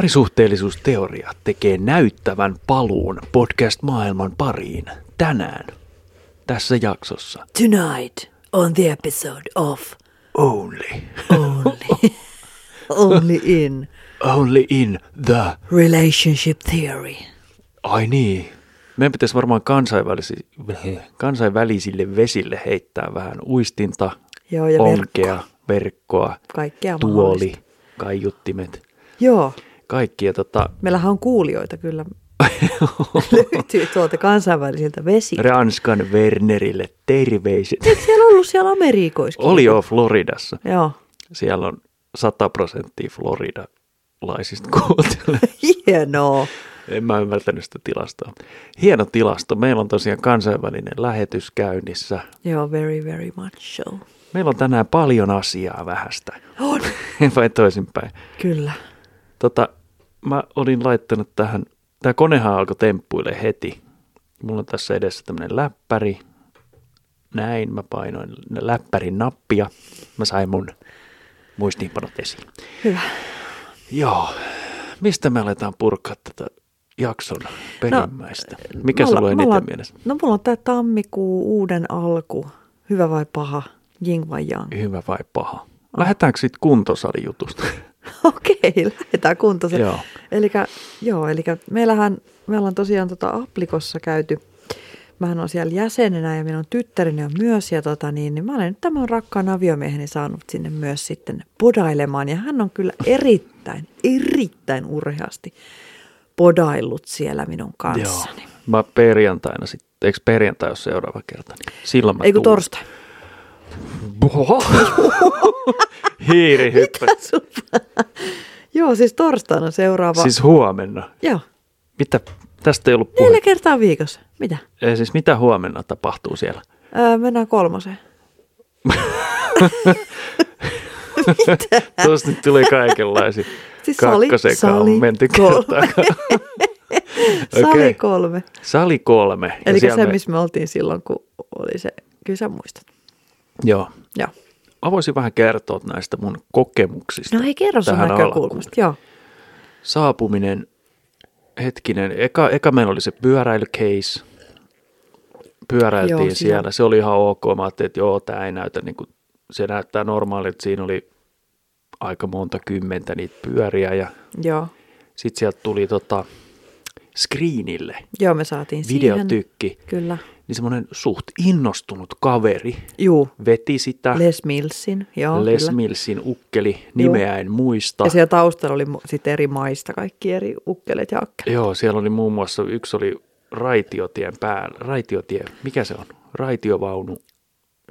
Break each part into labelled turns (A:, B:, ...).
A: Parisuhteellisuusteoria tekee näyttävän paluun podcast-maailman pariin tänään tässä jaksossa.
B: Tonight on the episode of
A: Only.
B: Only, only in
A: Only in the...
B: Relationship Theory.
A: Ai niin. Meidän pitäisi varmaan kansainvälisi... kansainvälisille vesille heittää vähän uistinta,
B: Joo, ja
A: onkea,
B: verkkoa.
A: verkkoa,
B: Kaikkea
A: tuoli,
B: mahdollista.
A: kaiuttimet,
B: Joo,
A: kaikkia tota...
B: meillähän on kuulijoita kyllä. Löytyy tuolta kansainvälisiltä vesiltä.
A: Ranskan Wernerille terveiset.
B: Eikö siellä ollut siellä Amerikoissakin?
A: Oli jo Floridassa.
B: Joo.
A: Siellä on 100 prosenttia floridalaisista kuuntele.
B: Hienoa.
A: En mä ymmärtänyt sitä tilastoa. Hieno tilasto. Meillä on tosiaan kansainvälinen lähetys käynnissä.
B: Joo, very, very much so.
A: Meillä on tänään paljon asiaa vähästä.
B: On.
A: Vai toisinpäin.
B: Kyllä.
A: Tota, mä olin laittanut tähän, tämä konehan alkoi temppuille heti. Mulla on tässä edessä tämmöinen läppäri. Näin mä painoin läppärin nappia. Mä sain mun muistiinpanot esiin.
B: Hyvä.
A: Joo. Mistä me aletaan purkaa tätä jakson
B: No,
A: perimmäistä? No, Mikä
B: Mulla-
A: sulla on
B: mulla-
A: eniten mielessä?
B: No mulla on tämä tammikuu uuden alku. Hyvä vai paha? Jing vai jang?
A: Hyvä vai paha? Lähdetäänkö sitten kuntosalijutusta?
B: Okei, lähdetään kuntoon.
A: Joo.
B: Elikkä, joo, eli meillähän, me ollaan tosiaan tota Aplikossa käyty. Mähän on siellä jäsenenä ja minun tyttäreni on myös. Ja tota niin, niin mä olen nyt tämän rakkaan aviomieheni saanut sinne myös sitten podailemaan. Ja hän on kyllä erittäin, erittäin urheasti podaillut siellä minun kanssani. Joo.
A: Mä perjantaina sitten, eikö perjantai ole seuraava kerta? Niin Silloin mä
B: Ei kun
A: tuun.
B: torstai.
A: Boho! Hiiri hyppäsi.
B: Joo, siis torstaina seuraava. Siis...
A: Siis huomenna.
B: Joo,
A: Mitä? Tästä ei ollut puhe.
B: neljä kertaa viikossa. Mitä?
A: Ei, Siis mitä huomenna tapahtuu siellä?
B: Öö, mennään kolmoseen.
A: Tuosta nyt tuli kaikenlaisia.
B: Äh. Siis sali, sali,
A: menty
B: kolme.
A: kertaakaan.
B: Sali
A: Okei.
B: okay. kolme.
A: Sali kolme. Ja
B: Eli
A: siellä
B: se,
A: me-
B: missä me oltiin silloin, kun oli se, kyllä sä muistat.
A: Joo.
B: Joo.
A: Mä voisin vähän kertoa näistä mun kokemuksista.
B: No ei kerro sun
A: tähän alkuun.
B: näkökulmasta, joo.
A: Saapuminen, hetkinen, eka, eka meillä oli se pyöräilycase. Pyöräiltiin
B: Joo,
A: joo,
B: siinä-
A: siellä, se oli ihan ok. Mä ajattelin, että joo, tämä ei näytä, niin kuin, se näyttää normaalilta. Siinä oli aika monta kymmentä niitä pyöriä ja
B: Joo,
A: sitten sieltä tuli tota, screenille
B: joo me saatiin siihen.
A: videotykki.
B: Kyllä.
A: Niin semmoinen suht innostunut kaveri
B: Juu,
A: veti sitä.
B: Les Millsin, joo.
A: Les
B: kyllä.
A: Millsin ukkeli, nimeä en muista.
B: Ja siellä taustalla oli mu- sit eri maista kaikki eri ukkelet ja akkelet.
A: Joo, siellä oli muun muassa, yksi oli raitiotien päällä, raitiotie, mikä se on? Raitiovaunu,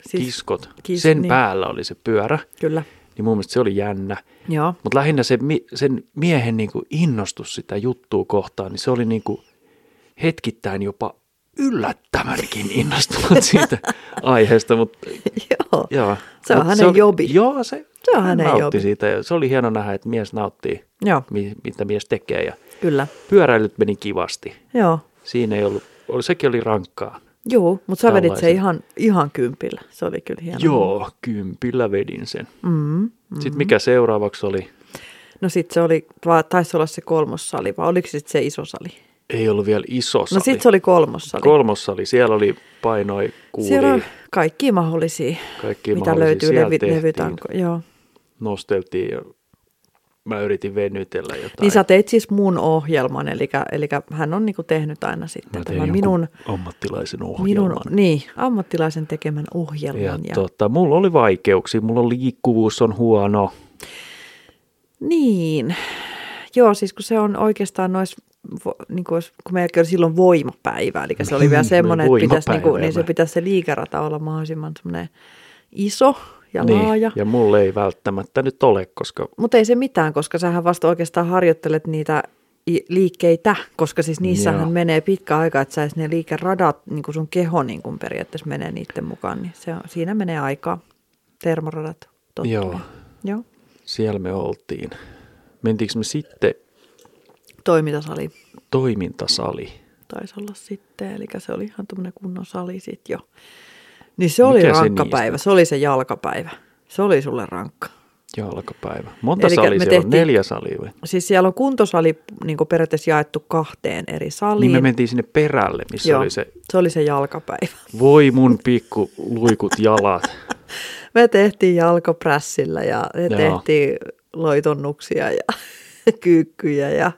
A: siis, kiskot.
B: kis-
A: Kis, sen
B: niin.
A: niin. päällä oli se pyörä,
B: Kyllä,
A: niin mun mielestä se oli jännä.
B: joo.
A: Mutta lähinnä se, mi- sen miehen niinku innostus sitä juttua kohtaan, niin se oli niinku hetkittäin jopa yllättävänkin innostunut siitä aiheesta, mutta
B: joo.
A: joo.
B: Se on
A: Mut
B: hänen jobi.
A: Joo, se,
B: Se on
A: hän
B: hänen
A: nautti
B: jobi.
A: siitä ja se oli hieno nähdä, että mies nauttii,
B: Joo,
A: mi- mitä mies tekee ja
B: kyllä.
A: pyöräilyt meni kivasti.
B: Joo,
A: Siinä ei ollut, oli, sekin oli rankkaa.
B: joo. mutta sä vedit se
A: Tällaisen.
B: ihan, ihan kympillä. Se oli kyllä hieno.
A: Joo, kympillä vedin sen.
B: Mm.
A: Sitten mikä seuraavaksi oli?
B: No sit se oli, vai taisi olla se kolmossali, vai oliko sit se iso sali?
A: Ei ollut vielä iso sali.
B: No sit se oli kolmossali.
A: Kolmossali, siellä oli painoi kuuli,
B: Siellä on kaikki mahdollisia,
A: kaikki
B: mitä
A: mahdollisia.
B: löytyy
A: Siellä
B: levy,
A: tehtiin,
B: levytanko. Joo.
A: Nosteltiin ja mä yritin venytellä jotain.
B: Niin sä teit siis mun ohjelman, eli, eli hän on niinku tehnyt aina
A: mä
B: sitten
A: tein
B: tämän
A: jonkun
B: minun,
A: ammattilaisen ohjelman.
B: minun niin, ammattilaisen tekemän ohjelman.
A: ja
B: Ja ja,
A: Tota, mulla oli vaikeuksia, mulla on liikkuvuus on huono.
B: niin, joo siis kun se on oikeastaan nois, vo, niin kuin, kun meilläkin oli silloin voimapäivä, eli se oli vielä
A: Niin,
B: semmoinen, että pitäisi, niin,
A: voimapäivä.
B: kuin, niin se pitäisi se liikarata olla mahdollisimman semmoinen iso ja niin, laaja.
A: ja mulle ei välttämättä nyt ole, koska
B: Mutta ei se mitään, koska sähän vasta oikeastaan harjoittelet niitä i- liikkeitä, koska siis niissähän
A: Joo.
B: menee pitkä aika, että sä edes ne liikeradat, niin kuin sun keho niin kuin periaatteessa menee niiden mukaan, niin se on, siinä menee aikaa. Termoradat. Totta.
A: Joo.
B: Joo.
A: siellä me oltiin. Mentiinkö me sitten
B: Toimintasali
A: toimintasali?
B: taisi olla sitten, eli se oli ihan tämmöinen kunnon sali sitten jo. Niin se oli
A: Mikä se
B: rankka
A: niistä?
B: päivä, se oli se jalkapäivä. Se oli sulle rankka.
A: Joo, alkapäivä. Monta
B: Elikkä
A: salia
B: me
A: siellä on?
B: tehtiin-
A: Neljä salia vai?
B: Siis siellä on kuntosali niin periaatteessa jaettu kahteen eri
A: Niin
B: saliin.
A: me mentiin sinne perälle, missä
B: Joo,
A: oli se,
B: se oli se jalkapäivä.
A: voi mun pikku luikut jalat.
B: Me tehtiin jalkoprässillä ja me
A: Joo.
B: tehtiin loitonnuksia ja kyykkyjä. Ja,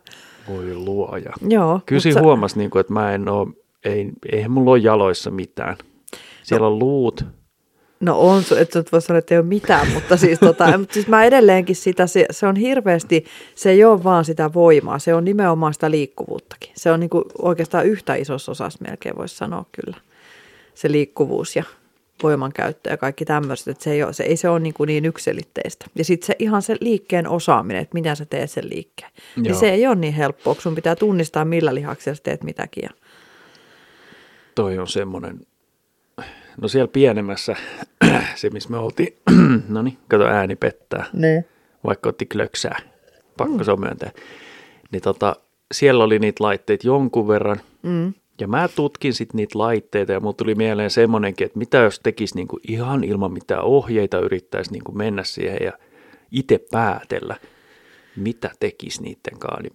A: Voi luoja.
B: joo,
A: Kyllä
B: mut
A: siinä sä... huomasi, niin kuin, että mä en ole, ei, eihän mulla ole jaloissa mitään. Siellä on luut.
B: No on, su- et sä nyt voi sanoa, että ei ole mitään, mutta siis, tota, mutta siis mä edelleenkin sitä, se, se on hirveästi, se ei ole vaan sitä voimaa, se on nimenomaan sitä liikkuvuuttakin. Se on niinku oikeastaan yhtä isossa osassa melkein voisi sanoa kyllä, se liikkuvuus ja voimankäyttö ja kaikki tämmöiset, että se ei, ole, se, ei se ole niinku niin yksilitteistä. Ja sitten se ihan se liikkeen osaaminen, että mitä sä teet sen liikkeen, Joo. niin
A: Joo.
B: se ei ole niin helppoa, kun sun pitää tunnistaa millä lihaksella sä teet mitäkin. Ja,
A: Toi on semmoinen, no siellä pienemmässä, se missä me oltiin, no niin, kato ääni pettää.
B: ne.
A: vaikka otti klöksää, pakko se on myöntää. Niin tota, siellä oli niitä laitteita jonkun verran. Mm. Ja mä tutkin sitten niitä laitteita ja mulla tuli mieleen semmoinenkin, että mitä jos tekisi niinku ihan ilman mitään ohjeita, yrittäisi niinku mennä siihen ja itse päätellä, mitä tekisi niiden kanssa. Niin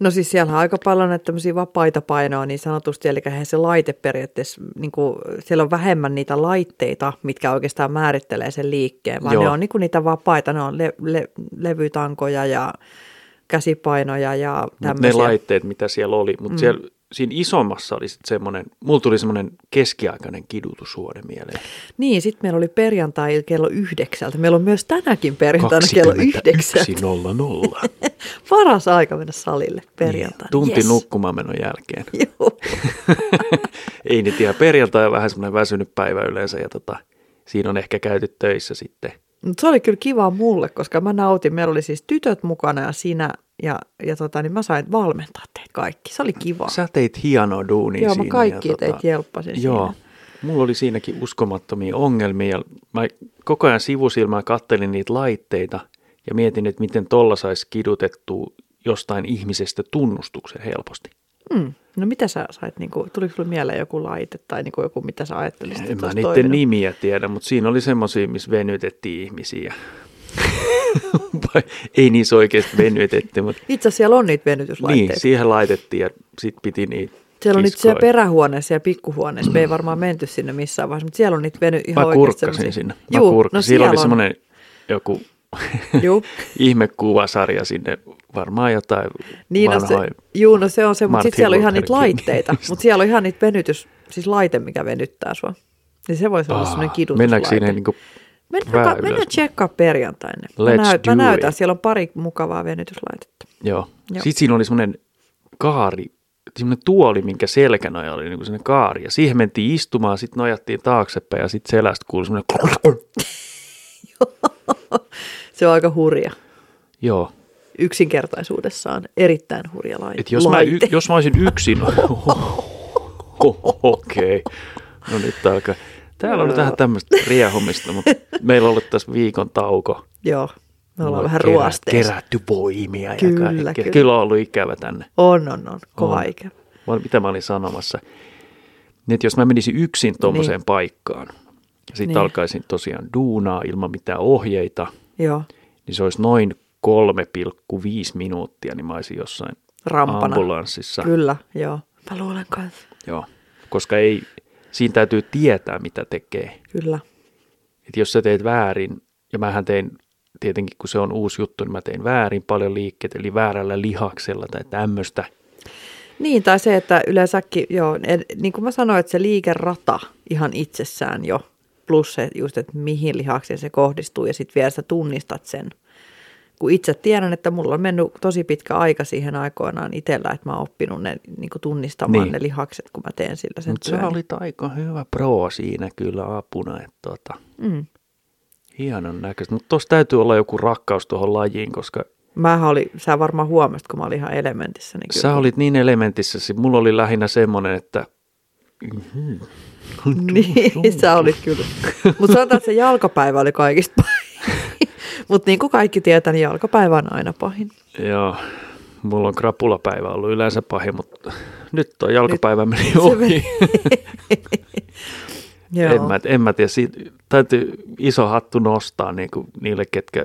B: No siis siellä on aika paljon näitä tämmöisiä vapaita painoa niin sanotusti, eli eihän se laite periaatteessa, niin kuin, siellä on vähemmän niitä laitteita, mitkä oikeastaan määrittelee sen liikkeen, vaan Joo.
A: Joo.
B: ne on niin kuin niitä vapaita, ne on le- le- levytankoja ja käsipainoja ja
A: mut ne
B: tämmöisiä.
A: laitteet, mitä siellä oli, mutta mm. siellä siinä isommassa oli sitten semmoinen, mulla tuli semmoinen keskiaikainen kidutushuone mieleen.
B: Niin, sitten meillä oli perjantai kello yhdeksältä, meillä on myös tänäkin perjantaina kello yhdeksältä.
A: 21.00.
B: Paras aika mennä salille perjantaina.
A: Niin, Tunti
B: Yes.
A: nukkumaan menon jälkeen.
B: Joo.
A: Ei niin tiedä, perjantai on vähän semmoinen väsynyt päivä yleensä ja tota, siinä on ehkä käyty töissä sitten.
B: Mut se oli kyllä kiva mulle, koska mä nautin. Meillä oli siis tytöt mukana ja sinä ja, ja tota, niin mä sain valmentaa teitä kaikki. Se oli kiva.
A: Sä teit hienoa duunia
B: Joo, mä
A: siinä. tota-
B: kaikki teit jelppasin
A: Joo,
B: siinä.
A: mulla oli siinäkin uskomattomia ongelmia. ja Mä koko ajan sivusilmään kattelin niitä laitteita ja mietin, että miten tolla saisi kidutettua jostain ihmisestä tunnustuksen helposti.
B: Mm. No mitä sä sait, niin kuin, tuliko sulle mieleen joku laite tai niin kuin joku, mitä sä ajattelisit?
A: En
B: että
A: mä
B: olisi
A: niiden
B: toiminut?
A: nimiä tiedä, mutta siinä oli semmoisia, missä venytettiin ihmisiä. Vai Ei niissä oikeasti venytetty, mutta
B: Itse asiassa siellä on niitä venytyslaitteita.
A: Niin, siihen laitettiin ja sitten piti niitä
B: siellä on nyt
A: kiskoa.
B: siellä perähuoneessa ja pikkuhuoneessa. Me ei varmaan menty sinne missään vaiheessa, mutta siellä on niitä veny ihan
A: Mä
B: oikeasti
A: kurkkasin
B: semmosia-
A: sinne. Mä
B: Juu,
A: kurkkasin.
B: no
A: Siellä oli
B: on.
A: semmoinen joku
B: Juu.
A: ihmekuvasarja sinne, varmaan jotain
B: Niin, no se,
A: vanhoja.
B: juu, no se on se, mutta
A: Martin
B: sitten siellä on ihan
A: Luther
B: niitä
A: King.
B: laitteita. Mutta siellä on ihan niitä venytys, siis laite, mikä venyttää sua. Niin se voisi olla sellainen kidutuslaite.
A: Ah, Mennäänkö siinä niin kuin,
B: Mennään,
A: Vähän
B: ka- mennään
A: ylös.
B: tsekkaa perjantaina. Mä,
A: Let's
B: näyt,
A: do
B: mä näytän,
A: it.
B: siellä on pari mukavaa venytyslaitetta.
A: joo.
B: Joo.
A: joo. Sitten siinä oli semmoinen kaari, semmoinen tuoli, minkä selkänoja oli, niin kuin semmoinen kaari. Ja siihen mentiin istumaan, sitten nojattiin taaksepäin ja sitten selästä kuului semmoinen...
B: Se on aika hurja.
A: Joo.
B: Yksinkertaisuudessaan erittäin hurja laite.
A: Et jos, mä, y,
B: laite.
A: jos mä olisin yksin... Okei. No nyt tää alkaa. Täällä on nyt vähän tämmöistä riehumista, mutta meillä on ollut tässä viikon tauko.
B: Joo, me ollaan
A: Mulla
B: vähän
A: on kerä-
B: ruosteessa.
A: Kerätty voimia ja
B: Kyllä,
A: kyllä, kaikkea.
B: kyllä.
A: Kyllä. kyllä on ollut ikävä tänne.
B: On, on, on. Kova
A: On.
B: ikä.
A: Vai Mitä mä olin sanomassa? Niin, että jos mä menisin yksin tuommoiseen niin. paikkaan, ja sitten
B: Niin.
A: niin. alkaisin tosiaan duunaa ilman mitään ohjeita,
B: Joo,
A: niin se olisi noin 3,5 minuuttia, niin mä olisin jossain
B: rampana.
A: ambulanssissa.
B: Kyllä, joo. Mä luulen kanssa.
A: Joo, koska ei, siinä täytyy tietää, mitä tekee.
B: Kyllä.
A: Et jos sä teet väärin, ja mähän tein tietenkin, kun se on uusi juttu, niin mä tein väärin paljon liikkeitä, eli väärällä lihaksella tai tämmöistä.
B: Niin, tai se, että yleensäkin, joo, en- niin kuin mä sanoin, että se liikerata ihan itsessään jo, plus se just, että mihin lihakseen se kohdistuu ja sitten vielä sä tunnistat sen. Kun itse tiedän, että mulla on mennyt tosi pitkä aika siihen aikoinaan itsellä, että mä oon oppinut ne niin kuin tunnistamaan niin.
A: Niin.
B: ne lihakset, kun mä teen sillä sen
A: Mutta
B: työn.
A: sä olit aika hyvä pro siinä kyllä apuna, että tota,
B: Mm.
A: hienon näköistä. Mutta tuossa täytyy olla joku rakkaus tuohon lajiin, koska
B: Mähän oli, sä varmaan huomasit, kun mä olin ihan elementissä. Niin
A: Kyllä. Sä olit niin elementissä, se- mulla oli lähinnä semmoinen, että
B: Niin, sä olit kyllä. Mutta sanotaan, että se jalkapäivä oli kaikista pahin. Mutta niin kuin kaikki tietää, niin jalkapäivä on aina pahin.
A: joo, mulla on krapulapäivä ollut yleensä pahin, mutta nyt tuo jalkapäivä meni
B: Se
A: ohi.
B: meni- Joo.
A: En mä, en mä tiedä, siitä, täytyy iso hattu nostaa niin kuin niille, ketkä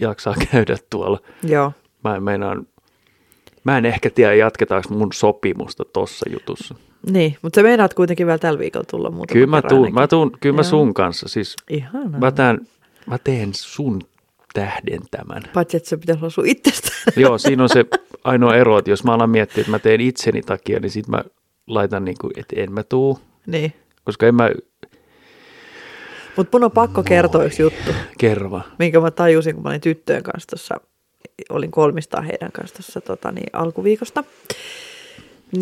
A: jaksaa käydä tuolla.
B: Joo.
A: Mä en, meinaan, mä en ehkä tiedä, jatketaanko mun sopimusta tuossa jutussa.
B: Niin, mutta sä meinaat kuitenkin vielä tällä viikolla tulla muutama
A: Kyllä mä,
B: kerran
A: tuun,
B: ainakin.
A: mä, tuun, kyllä mä
B: Joo.
A: sun kanssa, siis
B: Ihanaa.
A: mä, tämän, mä teen sun tähden tämän.
B: Paitsi, että se pitäisi olla sun itsestään.
A: Joo, siinä on se ainoa ero, että jos mä alan miettiä, että mä teen itseni takia, niin sit mä laitan niin kuin, että en mä tuu,
B: niin.
A: koska en mä
B: Mutta mun on pakko kertoa yksi juttu,
A: kerva.
B: minkä mä tajusin, kun mä olin tyttöjen kanssa tuossa, olin kolmistaan heidän kanssa tuossa tota, niin, alkuviikosta.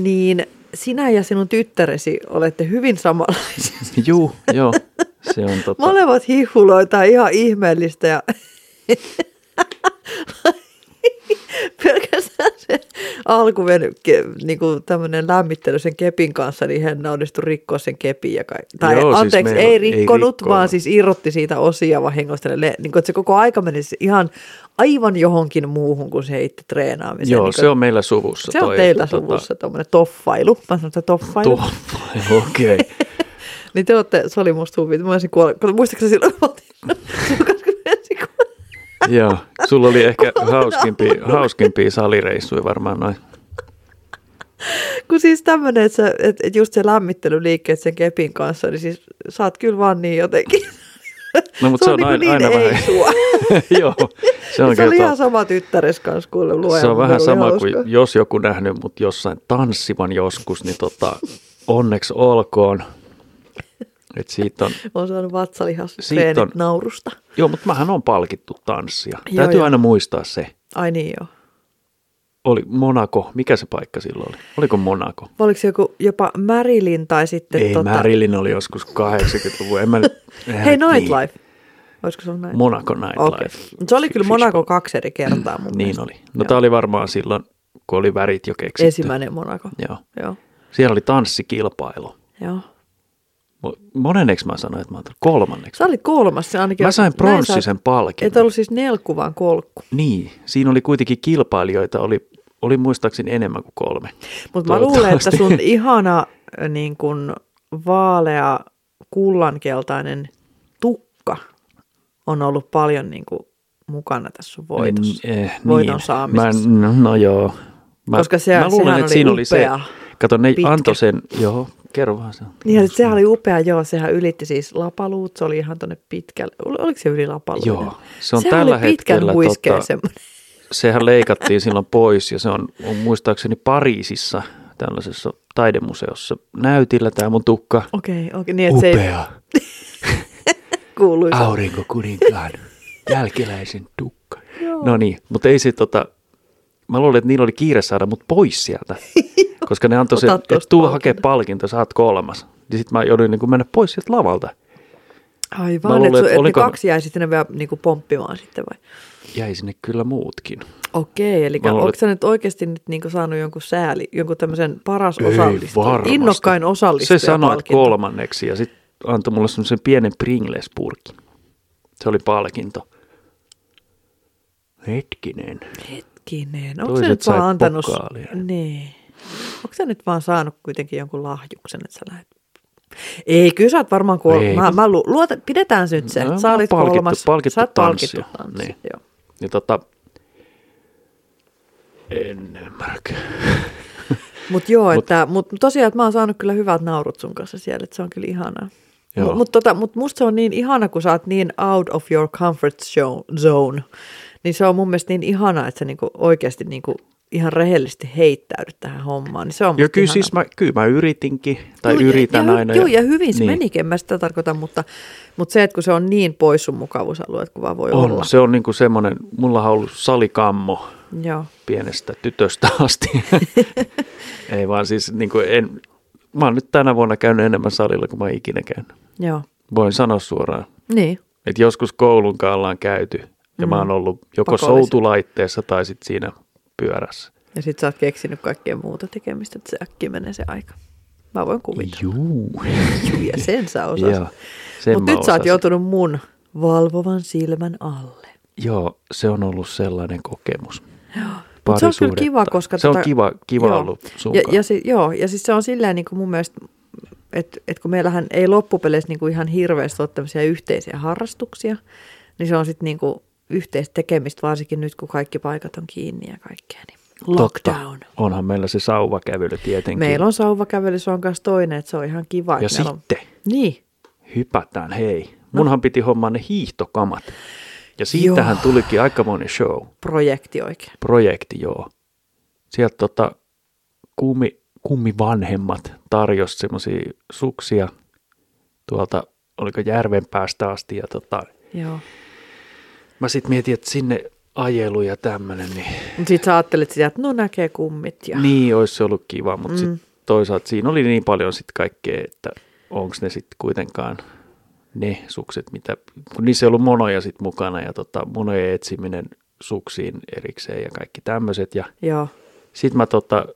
B: Niin sinä ja sinun tyttäresi olette hyvin samanlaisia.
A: Juu, joo, se on tota- totta.
B: Molemmat hihuloita ihan ihmeellistä ja pelkästään se alkuven ke- niinku tämmöinen lämmittely sen kepin kanssa, niin hän onnistui rikkoa sen kepin. Ja kai, tai
A: Joo,
B: Joo,
A: siis
B: anteeksi,
A: meillä
B: siis ei
A: ei
B: rikkonut,
A: rikkoa.
B: ei vaan siis irrotti siitä osia vahingosta. Niin kuin, että se koko aika menisi ihan aivan johonkin muuhun kuin se itse treenaamiseen.
A: Joo,
B: niin
A: se on meillä suvussa.
B: se on
A: toi, tota-
B: teillä
A: että
B: suvussa tuommoinen toffailu. Mä sanon, että toffailu.
A: Tuo, okei. Okay.
B: Niin te olette, se oli musta huvi, mä olisin kuollut. Kato, Muistatko sä silloin, kun me oltiin
A: Joo, sulla oli ehkä hauskimpia, hauskimpia salireissuja varmaan noin.
B: Kun siis tämmönen, että, sä- että, että just se lämmittelyliikkeet sen kepin kanssa, niin siis sä oot kyllä vaan niin jotenkin.
A: No, mutta se on,
B: niinku
A: aina, aina
B: ei
A: vähän.
B: sua.
A: Joo, se
B: Se,
A: on
B: on se oli
A: kyllä
B: ihan
A: totta.
B: sama tyttäres kanssa, kuule luoja.
A: Se on
B: mun
A: vähän
B: oli
A: sama
B: hauska.
A: kuin jos joku nähnyt mut jossain tanssivan joskus, niin tota, onneksi olkoon. Et siitä on,
B: On saanut vatsalihas
A: Siitä on-
B: naurusta.
A: joo, mutta mähän on palkittu tanssia.
B: Joo,
A: Täytyy
B: joo.
A: aina muistaa se.
B: Ai niin joo.
A: Oli Monaco, mikä se paikka silloin oli? Oliko Monaco?
B: Oliko se joku jopa Marilyn tai sitten...
A: Ei, tota... Marilyn oli joskus 80-luvun. En mä nyt, eihän
B: Hei,
A: nyt niin.
B: Nightlife. Olisiko se ollut Nightlife?
A: Monaco Nightlife.
B: Okei. Mut Se oli kyllä Monaco kaksi eri kertaa mun
A: Niin
B: mielestä.
A: oli. No tämä oli varmaan silloin, kun oli värit jo keksitty.
B: Ensimmäinen Monaco.
A: Joo.
B: Joo.
A: Siellä oli tanssikilpailu.
B: Joo.
A: Mo- Moneneksi mä sanoin, että mä oon tullut? kolmanneksi.
B: Sä olit kolmas se ainakin.
A: Mä sain
B: Näin sä
A: pronssisen
B: oot-
A: palkinnon.
B: Et ollut siis nelkku, vaan kolkku.
A: Niin, siinä oli kuitenkin kilpailijoita, oli, oli muistaakseni enemmän kuin kolme.
B: Mutta mä luulen, että
A: Toivottavasti.
B: sun ihana ö, niin kun, vaalea kullankeltainen tukka on ollut paljon niin kun, mukana tässä sun voitossa.
A: En- eh,
B: Voiton saamisessa.
A: Mä, no, no joo. Mä,
B: Koska se-
A: mä luulen,
B: sehän
A: että
B: oli
A: siinä oli se.
B: upea,
A: Kato, ne
B: pitkä.
A: antoi sen, joo, kerro vaan sen.
B: Niin, että sehän oli upea, joo, sehän ylitti siis lapaluut, se oli ihan tonne pitkälle. Ol- Oliko se yli lapaluut?
A: Joo, se on
B: sehän
A: tällä
B: oli pitkän
A: hetkellä,
B: huiskeen
A: tota,
B: semmoinen.
A: Sehän leikattiin silloin pois ja se on, on muistaakseni Pariisissa tällaisessa taidemuseossa näytillä tämä mun tukka.
B: Okei, okay, okei, okay, niin että se ei kuuluisa.
A: aurinko kuninkaan jälkeläisen tukka. No niin, mutta ei se tota, mä luulen, että niillä oli kiire saada mut pois sieltä, koska ne antoi sen,
B: Ota
A: että
B: tosta
A: tuu
B: palkinto.
A: hakee palkinto, sä oot kolmas. Niin sit mä jouduin niin mennä pois sieltä lavalta.
B: Aivan,
A: Mä
B: luulen,
A: luulen, että
B: että, sun- että
A: oliko-
B: ne kaksi jäi sitten vielä
A: niinku
B: niin kuin pomppimaan sitten vai?
A: Jäi sinne kyllä muutkin.
B: Okei, eli
A: Mä luulen,
B: onko
A: että-
B: sä nyt oikeasti nyt niin kuin saanut jonkun sääli, jonkun tämmöisen paras
A: Ei
B: osallistuja,
A: varmasti.
B: innokkain osallistuja
A: Se sanoi että kolmanneksi ja sitten antoi mulle semmoisen pienen Pringles-purkin. Se oli palkinto. Hetkinen.
B: Hetkinen, onko sä
A: Toiset
B: nyt vaan
A: sai
B: antanut...
A: pokaalia.
B: Niin. Onko sä nyt vaan saanut kuitenkin jonkun lahjuksen, että sä lähdet... Ei, kyllä sä oot varmaan
A: Ei,
B: kolmas. Mä,
A: kun-
B: mä lu... Luota, pidetään nyt se,
A: No,
B: no,
A: mä
B: sä
A: oon
B: olit
A: palkittu-
B: kolmas.
A: palkittu
B: sä oot palkittu
A: tanssia.
B: tanssia.
A: Niin.
B: Joo.
A: Ja tota, en ymmärrä.
B: Mut joo, mut, että, mut tosiaan, että mä oon saanut kyllä hyvät naurut sun kanssa siellä, että se on kyllä ihanaa.
A: Joo.
B: Mutta mut, tota, mut musta se on niin ihana, kun sä oot niin out of your comfort sho- zone, niin se on mun mielestä niin ihana, että sä niinku oikeasti niinku ihan rehellisesti heittäydyt tähän hommaan. Niin se on
A: Joo,
B: musta
A: kyllä,
B: ihanaa.
A: siis mä, kyllä mä yritinkin, tai
B: Juu,
A: Juu, yritän
B: ja, ja, hy-
A: aina.
B: Joo, ja hyvin se
A: niin.
B: niin. menikin, en mä sitä tarkoitan, mutta, mutta se, että kun se on niin pois sun mukavuusalueet kuin vaan voi olla.
A: On, se on niinku semmoinen, mullahan on ollut salikammo
B: Joo.
A: pienestä tytöstä asti. Ei vaan siis, niinku en, mä oon nyt tänä vuonna käynyt enemmän salilla kuin mä oon ikinä käynyt.
B: Joo,
A: Voin sanoa suoraan,
B: niin.
A: että joskus koulunkaan ollaan käyty, ja mm. mä oon ollut joko
B: Pakolliset.
A: soutulaitteessa tai sitten siinä pyörässä.
B: Ja sit sä oot keksinyt kaikkea muuta tekemistä, että se äkkiä menee se aika. Mä voin kuvitella.
A: Juu.
B: Juu, ja sen sä osasit.
A: Joo, sen
B: Mutta
A: mä
B: nyt sä oot
A: osasin.
B: joutunut mun valvovan silmän alle.
A: Joo, se on ollut sellainen kokemus.
B: Mut se on kyllä
A: Parisuhdetta.
B: kiva, koska...
A: Se on
B: tota-
A: kiva, kiva
B: joo.
A: ollut sun
B: ja,
A: kanssa.
B: ja, si, joo, ja siis se on silleen niin kuin niinku mun mielestä et, et kun meillähän ei loppupeleissä niinku ihan hirveästi ole tämmöisiä yhteisiä harrastuksia, niin se on sitten niinku yhteistä tekemistä, varsinkin nyt kun kaikki paikat on kiinni ja kaikkea. Niin lockdown.
A: Totta. Onhan meillä se sauvakävely tietenkin.
B: Meillä on sauvakävely, se on kanssa toinen, että se on ihan kiva.
A: ja
B: että meillä on...
A: sitten
B: Niin,
A: hypätään,
B: No.
A: hei. Munhan piti hommaa ne hiihtokamat. Ja siitähän
B: Joo.
A: tulikin aikamoinen show.
B: projekti oikein.
A: projekti, joo. Sieltä tota, kummi, kummi vanhemmat tarjosi semmoisia suksia tuolta, oliko järven päästä asti. Ja tota,
B: Joo.
A: mä sitten mietin, että sinne ajelu ja tämmöinen, niin,
B: Mutta sitten sä ajattelet sitä, että no näkee kummit ja
A: niin olisi se ollut kiva, mutta mm.
B: Mm.
A: sitten toisaalta siinä oli niin paljon sitten kaikkea, että onko ne sitten kuitenkaan ne sukset, mitä, kun niissä ei ollut monoja sitten mukana ja tota, monojen etsiminen suksiin erikseen ja kaikki tämmöiset ja
B: joo.
A: Sitten mä tota,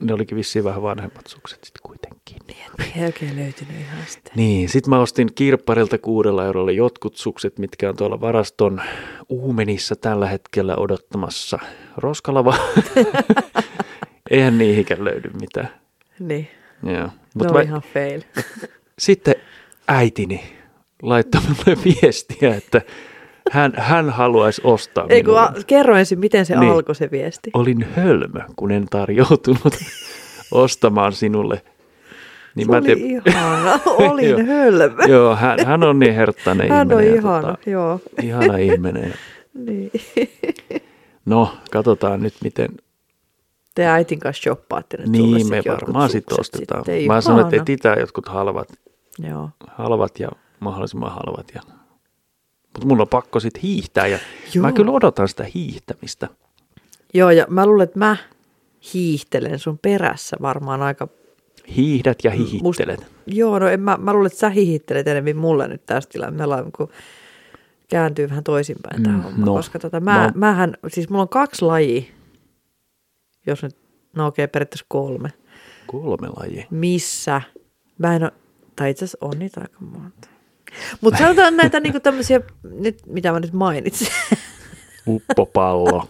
A: ne olikin vissiin vähän vanhemmat sukset sitten kuitenkin.
B: Niin, et ei oikein löytynyt ihan sitten.
A: Niin, sit mä ostin kirpparilta kuudella eurolla jotkut sukset, mitkä on tuolla varaston uumenissa tällä hetkellä odottamassa roskalava. Eihän niihinkään löydy mitään.
B: Niin,
A: Joo.
B: Mut
A: Mut
B: no
A: mä,
B: mä... ihan fail.
A: Sitten äitini laittoi mulle viestiä, että hän, hän haluaisi ostaa
B: Ei kun
A: minulle.
B: a, kerro ensin, miten se
A: niinku- Niin.
B: niin. alkoi se viesti.
A: olin hölmö, kun en tarjoutunut ostamaan sinulle.
B: Niin se mä oli ihana, olin hölmö.
A: Joo, hän, hän on niin herttainen
B: Hän on
A: ihminen. ja tota,
B: ihana, joo.
A: ihana ihminen.
B: Niin.
A: No, katsotaan nyt miten.
B: Te äitin kanssa shoppaatte nyt sulle
A: Niin,
B: sit
A: me
B: jotkut
A: varmaan
B: sukset
A: sitten ostetaan.
B: Sitten.
A: Mä sanon, että
B: Ihana.
A: etsitään jotkut halvat,
B: Joo.
A: halvat ja mahdollisimman halvat. Ja... Mutta mun on pakko sitten hiihtää ja Joo. mä
B: Joo.
A: kyllä odotan sitä hiihtämistä.
B: Joo, ja mä luulen, että mä hiihtelen sun perässä varmaan aika...
A: Hiihdät
B: Mm,
A: ja hihittelet. Must...
B: Joo, no en mä, mä luulen, että sä hiihtelen enemmän mulle nyt tässä tilanteessa. Me ollaan, kun kääntyy vähän toisinpäin mm, tämä
A: Mm,
B: homma.
A: no.
B: No, koska tota, mä,
A: No.
B: no. mähän, siis mulla on kaksi lajia, jos nyt, no okei, periaatteessa kolme,
A: Kolme lajia.
B: missä mä en ole, tai itse asiassa on niitä aika monta. Mutta sanotaan näitä niinku tämmöisiä, nyt, mitä mä nyt mainitsin.
A: Uppopallo,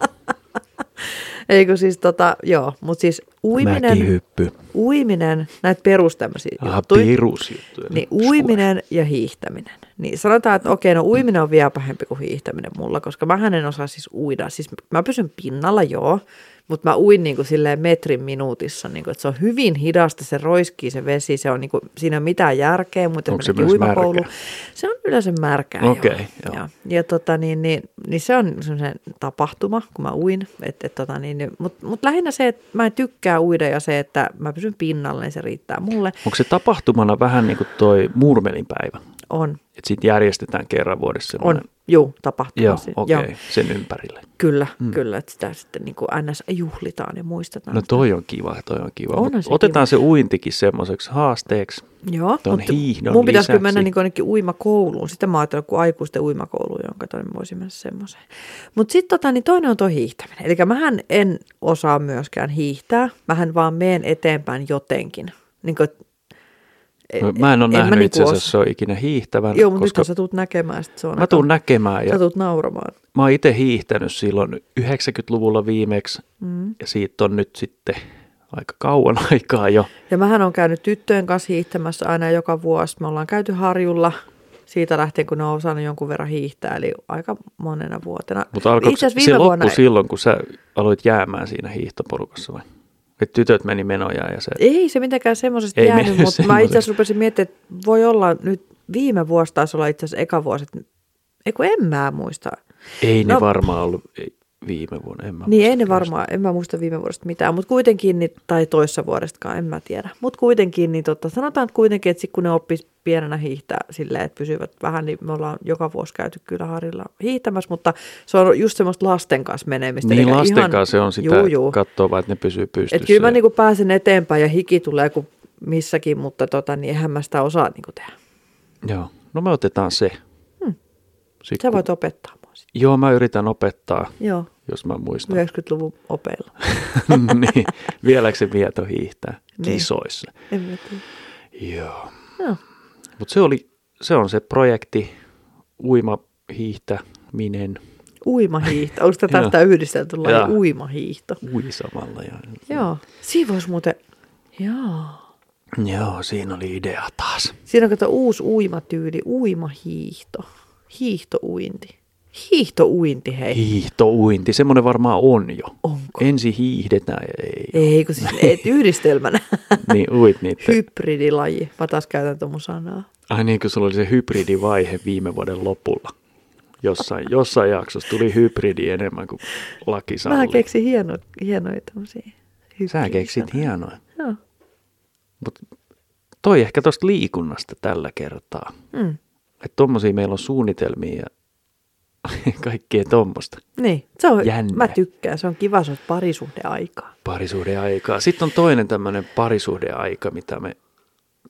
B: Eikö siis tota, joo, mutta siis uiminen,
A: mäkihyppy,
B: uiminen, näitä perus tämmöisiä
A: ah,
B: juttuja.
A: perusjuttuja.
B: Niin uiminen ja hiihtäminen. Niin sanotaan, että okei, no uiminen on vielä pahempi kuin hiihtäminen mulla, koska mä en osaa siis uida. Siis mä pysyn pinnalla, joo, mutta mä uin niin kuin silleen metrin minuutissa, niin kuin, että se on hyvin hidasta, se roiskii se vesi, se on niin kuin, siinä ei ole mitään järkeä, mutta
A: Onko se
B: tämmöinenkin
A: myös
B: uimakoulu.
A: märkää?
B: Se on yleensä märkää,
A: Okei, joo.
B: joo. joo. Ja tota, niin, niin, niin se on semmoinen tapahtuma, kun mä uin. Et, et, tota, niin, mutta mut lähinnä se, että mä en tykkää uida ja se, että mä pysyn pinnalla, niin se riittää mulle.
A: Onko se tapahtumana vähän niin kuin toi murmelin päivä?
B: On
A: Että siitä järjestetään kerran vuodessa
B: On,
A: semmoinen.
B: juu, tapahtuma.
A: Joo,
B: si-
A: okei, okay, sen ympärille.
B: Kyllä, mm. kyllä, että sitä sitten niin kuin ns. juhlitaan ja muistetaan.
A: No toi on kiva, toi on kiva.
B: Onhan
A: Mut
B: se
A: otetaan kiva. se uintikin semmoiseksi haasteeksi.
B: Joo,
A: ton hiihdon
B: mun pitäisi kyllä
A: lisäksi.
B: mennä niin jonnekin uimakouluun. Sitä mä ajattelin, kun aikuisten uimakoulu, jonka toinen mä voisin mennä semmoiseen. Mutta sitten tota, niin toinen on tuo hiihtäminen. Eli mähän en osaa myöskään hiihtää. Mähän vaan meen eteenpäin jotenkin. Niin kuin,
A: No, mä en ole
B: mä
A: nähnyt
B: niinku
A: itse asiassa,
B: osaa.
A: se on ikinä hiihtävän,
B: joo, mutta
A: koska
B: nyt sä tuut näkemään, sit se on
A: mä tuun näkemään. Ja
B: sä tuut nauramaan.
A: Mä oon itse hiihtänyt silloin 90-luvulla viimeksi mm. ja siitä on nyt sitten aika kauan aikaa jo.
B: Ja mähän on käynyt tyttöjen kanssa hiihtämässä aina joka vuosi. Me ollaan käyty harjulla siitä lähtien, kun ne on osannut jonkun verran hiihtää, eli aika monena vuotena.
A: Mutta alkoi
B: Itse asiassa
A: se
B: viime
A: loppu
B: vuonna-
A: silloin, kun sä aloit jäämään siinä hiihtoporukassa vai? Et tytöt meni menojaan ja se...
B: Ei se mitenkään semmoisesta
A: Ei
B: jäänyt,
A: mennyt
B: mutta mä itse
A: semmoisesta.
B: asiassa rupesin miettimään, että voi olla nyt viime vuosi taisi olla itse asiassa eka vuosi, että ei kun en mä muista.
A: Ei ne
B: No-
A: varmaan ollut ei, viime vuonna, en mä
B: Niin ei
A: muista
B: ne
A: kyllä.
B: varmaan, en mä muista viime vuodesta mitään, mutta kuitenkin, niin, tai toissa vuodestakaan, en mä tiedä. Mutta kuitenkin, niin tota, sanotaan että kuitenkin, että sit kun ne oppis pienenä hiihtää silleen, että pysyvät vähän, niin me ollaan joka vuosi käyty kyllä harilla hiihtämässä, mutta se on just semmoista lasten kanssa menemistä.
A: Niin
B: Elikkä
A: lasten
B: ihan-
A: kanssa se on sitä,
B: Juu,
A: juu,
B: juu.
A: että katsoo vaan, että ne pysyy pystyssä.
B: Et kyllä mä
A: ja-
B: niinku pääsen eteenpäin ja hiki tulee kuin missäkin, mutta tota, niin eihän mä sitä osaa niinku tehdä.
A: Joo, no me otetaan se. Sit,
B: Sä
A: kun-
B: voit opettaa mua sitten.
A: Joo, mä yritän opettaa,
B: Joo,
A: jos mä muistan.
B: 90-luvun opeilla.
A: niin, vieläkö se mieto hiihtää
B: Niin.
A: kisoissa.
B: En mä tiedä.
A: Joo,
B: Joo.
A: mutta se, oli, se on se projekti, uima hiihtäminen,
B: Uimahiihto. Onko tätä
A: Joo.
B: tästä yhdistelty
A: Joo.
B: laji? Uimahiihto.
A: ui samalla. Ja,
B: Joo. Siinä voisi muuten... Joo.
A: Joo, siinä oli idea taas.
B: Siinä on kato uusi uimatyyli, uimahiihto. Hiihtouinti. Hiihtouinti, hei.
A: Hiihtouinti, semmoinen varmaan on jo.
B: Onko?
A: Ensi hiihdetään, ei.
B: Ei, kun siis et yhdistelmänä.
A: Niin uit niitä.
B: Hybridilaji. Mä taas käytän tuon sanaa.
A: Ai niin, kun sulla oli se hybridivaihe viime vuoden lopulla. Jossain, jossain jaksossa tuli hybridi enemmän kuin laki
B: Mä
A: sallii.
B: keksin hieno, hienoja tämmöisiä
A: Sä keksit hienoa.
B: Joo.
A: Mutta toi ehkä tuosta liikunnasta tällä kertaa.
B: Mm.
A: Että tommosia meillä on suunnitelmia ja kaikkea tommosta.
B: Niin, se on,
A: Jännä.
B: mä tykkään. Se on kiva, se on parisuhdeaikaa.
A: Parisuhdeaikaa. Sitten on toinen tämmöinen parisuhdeaika, mitä me,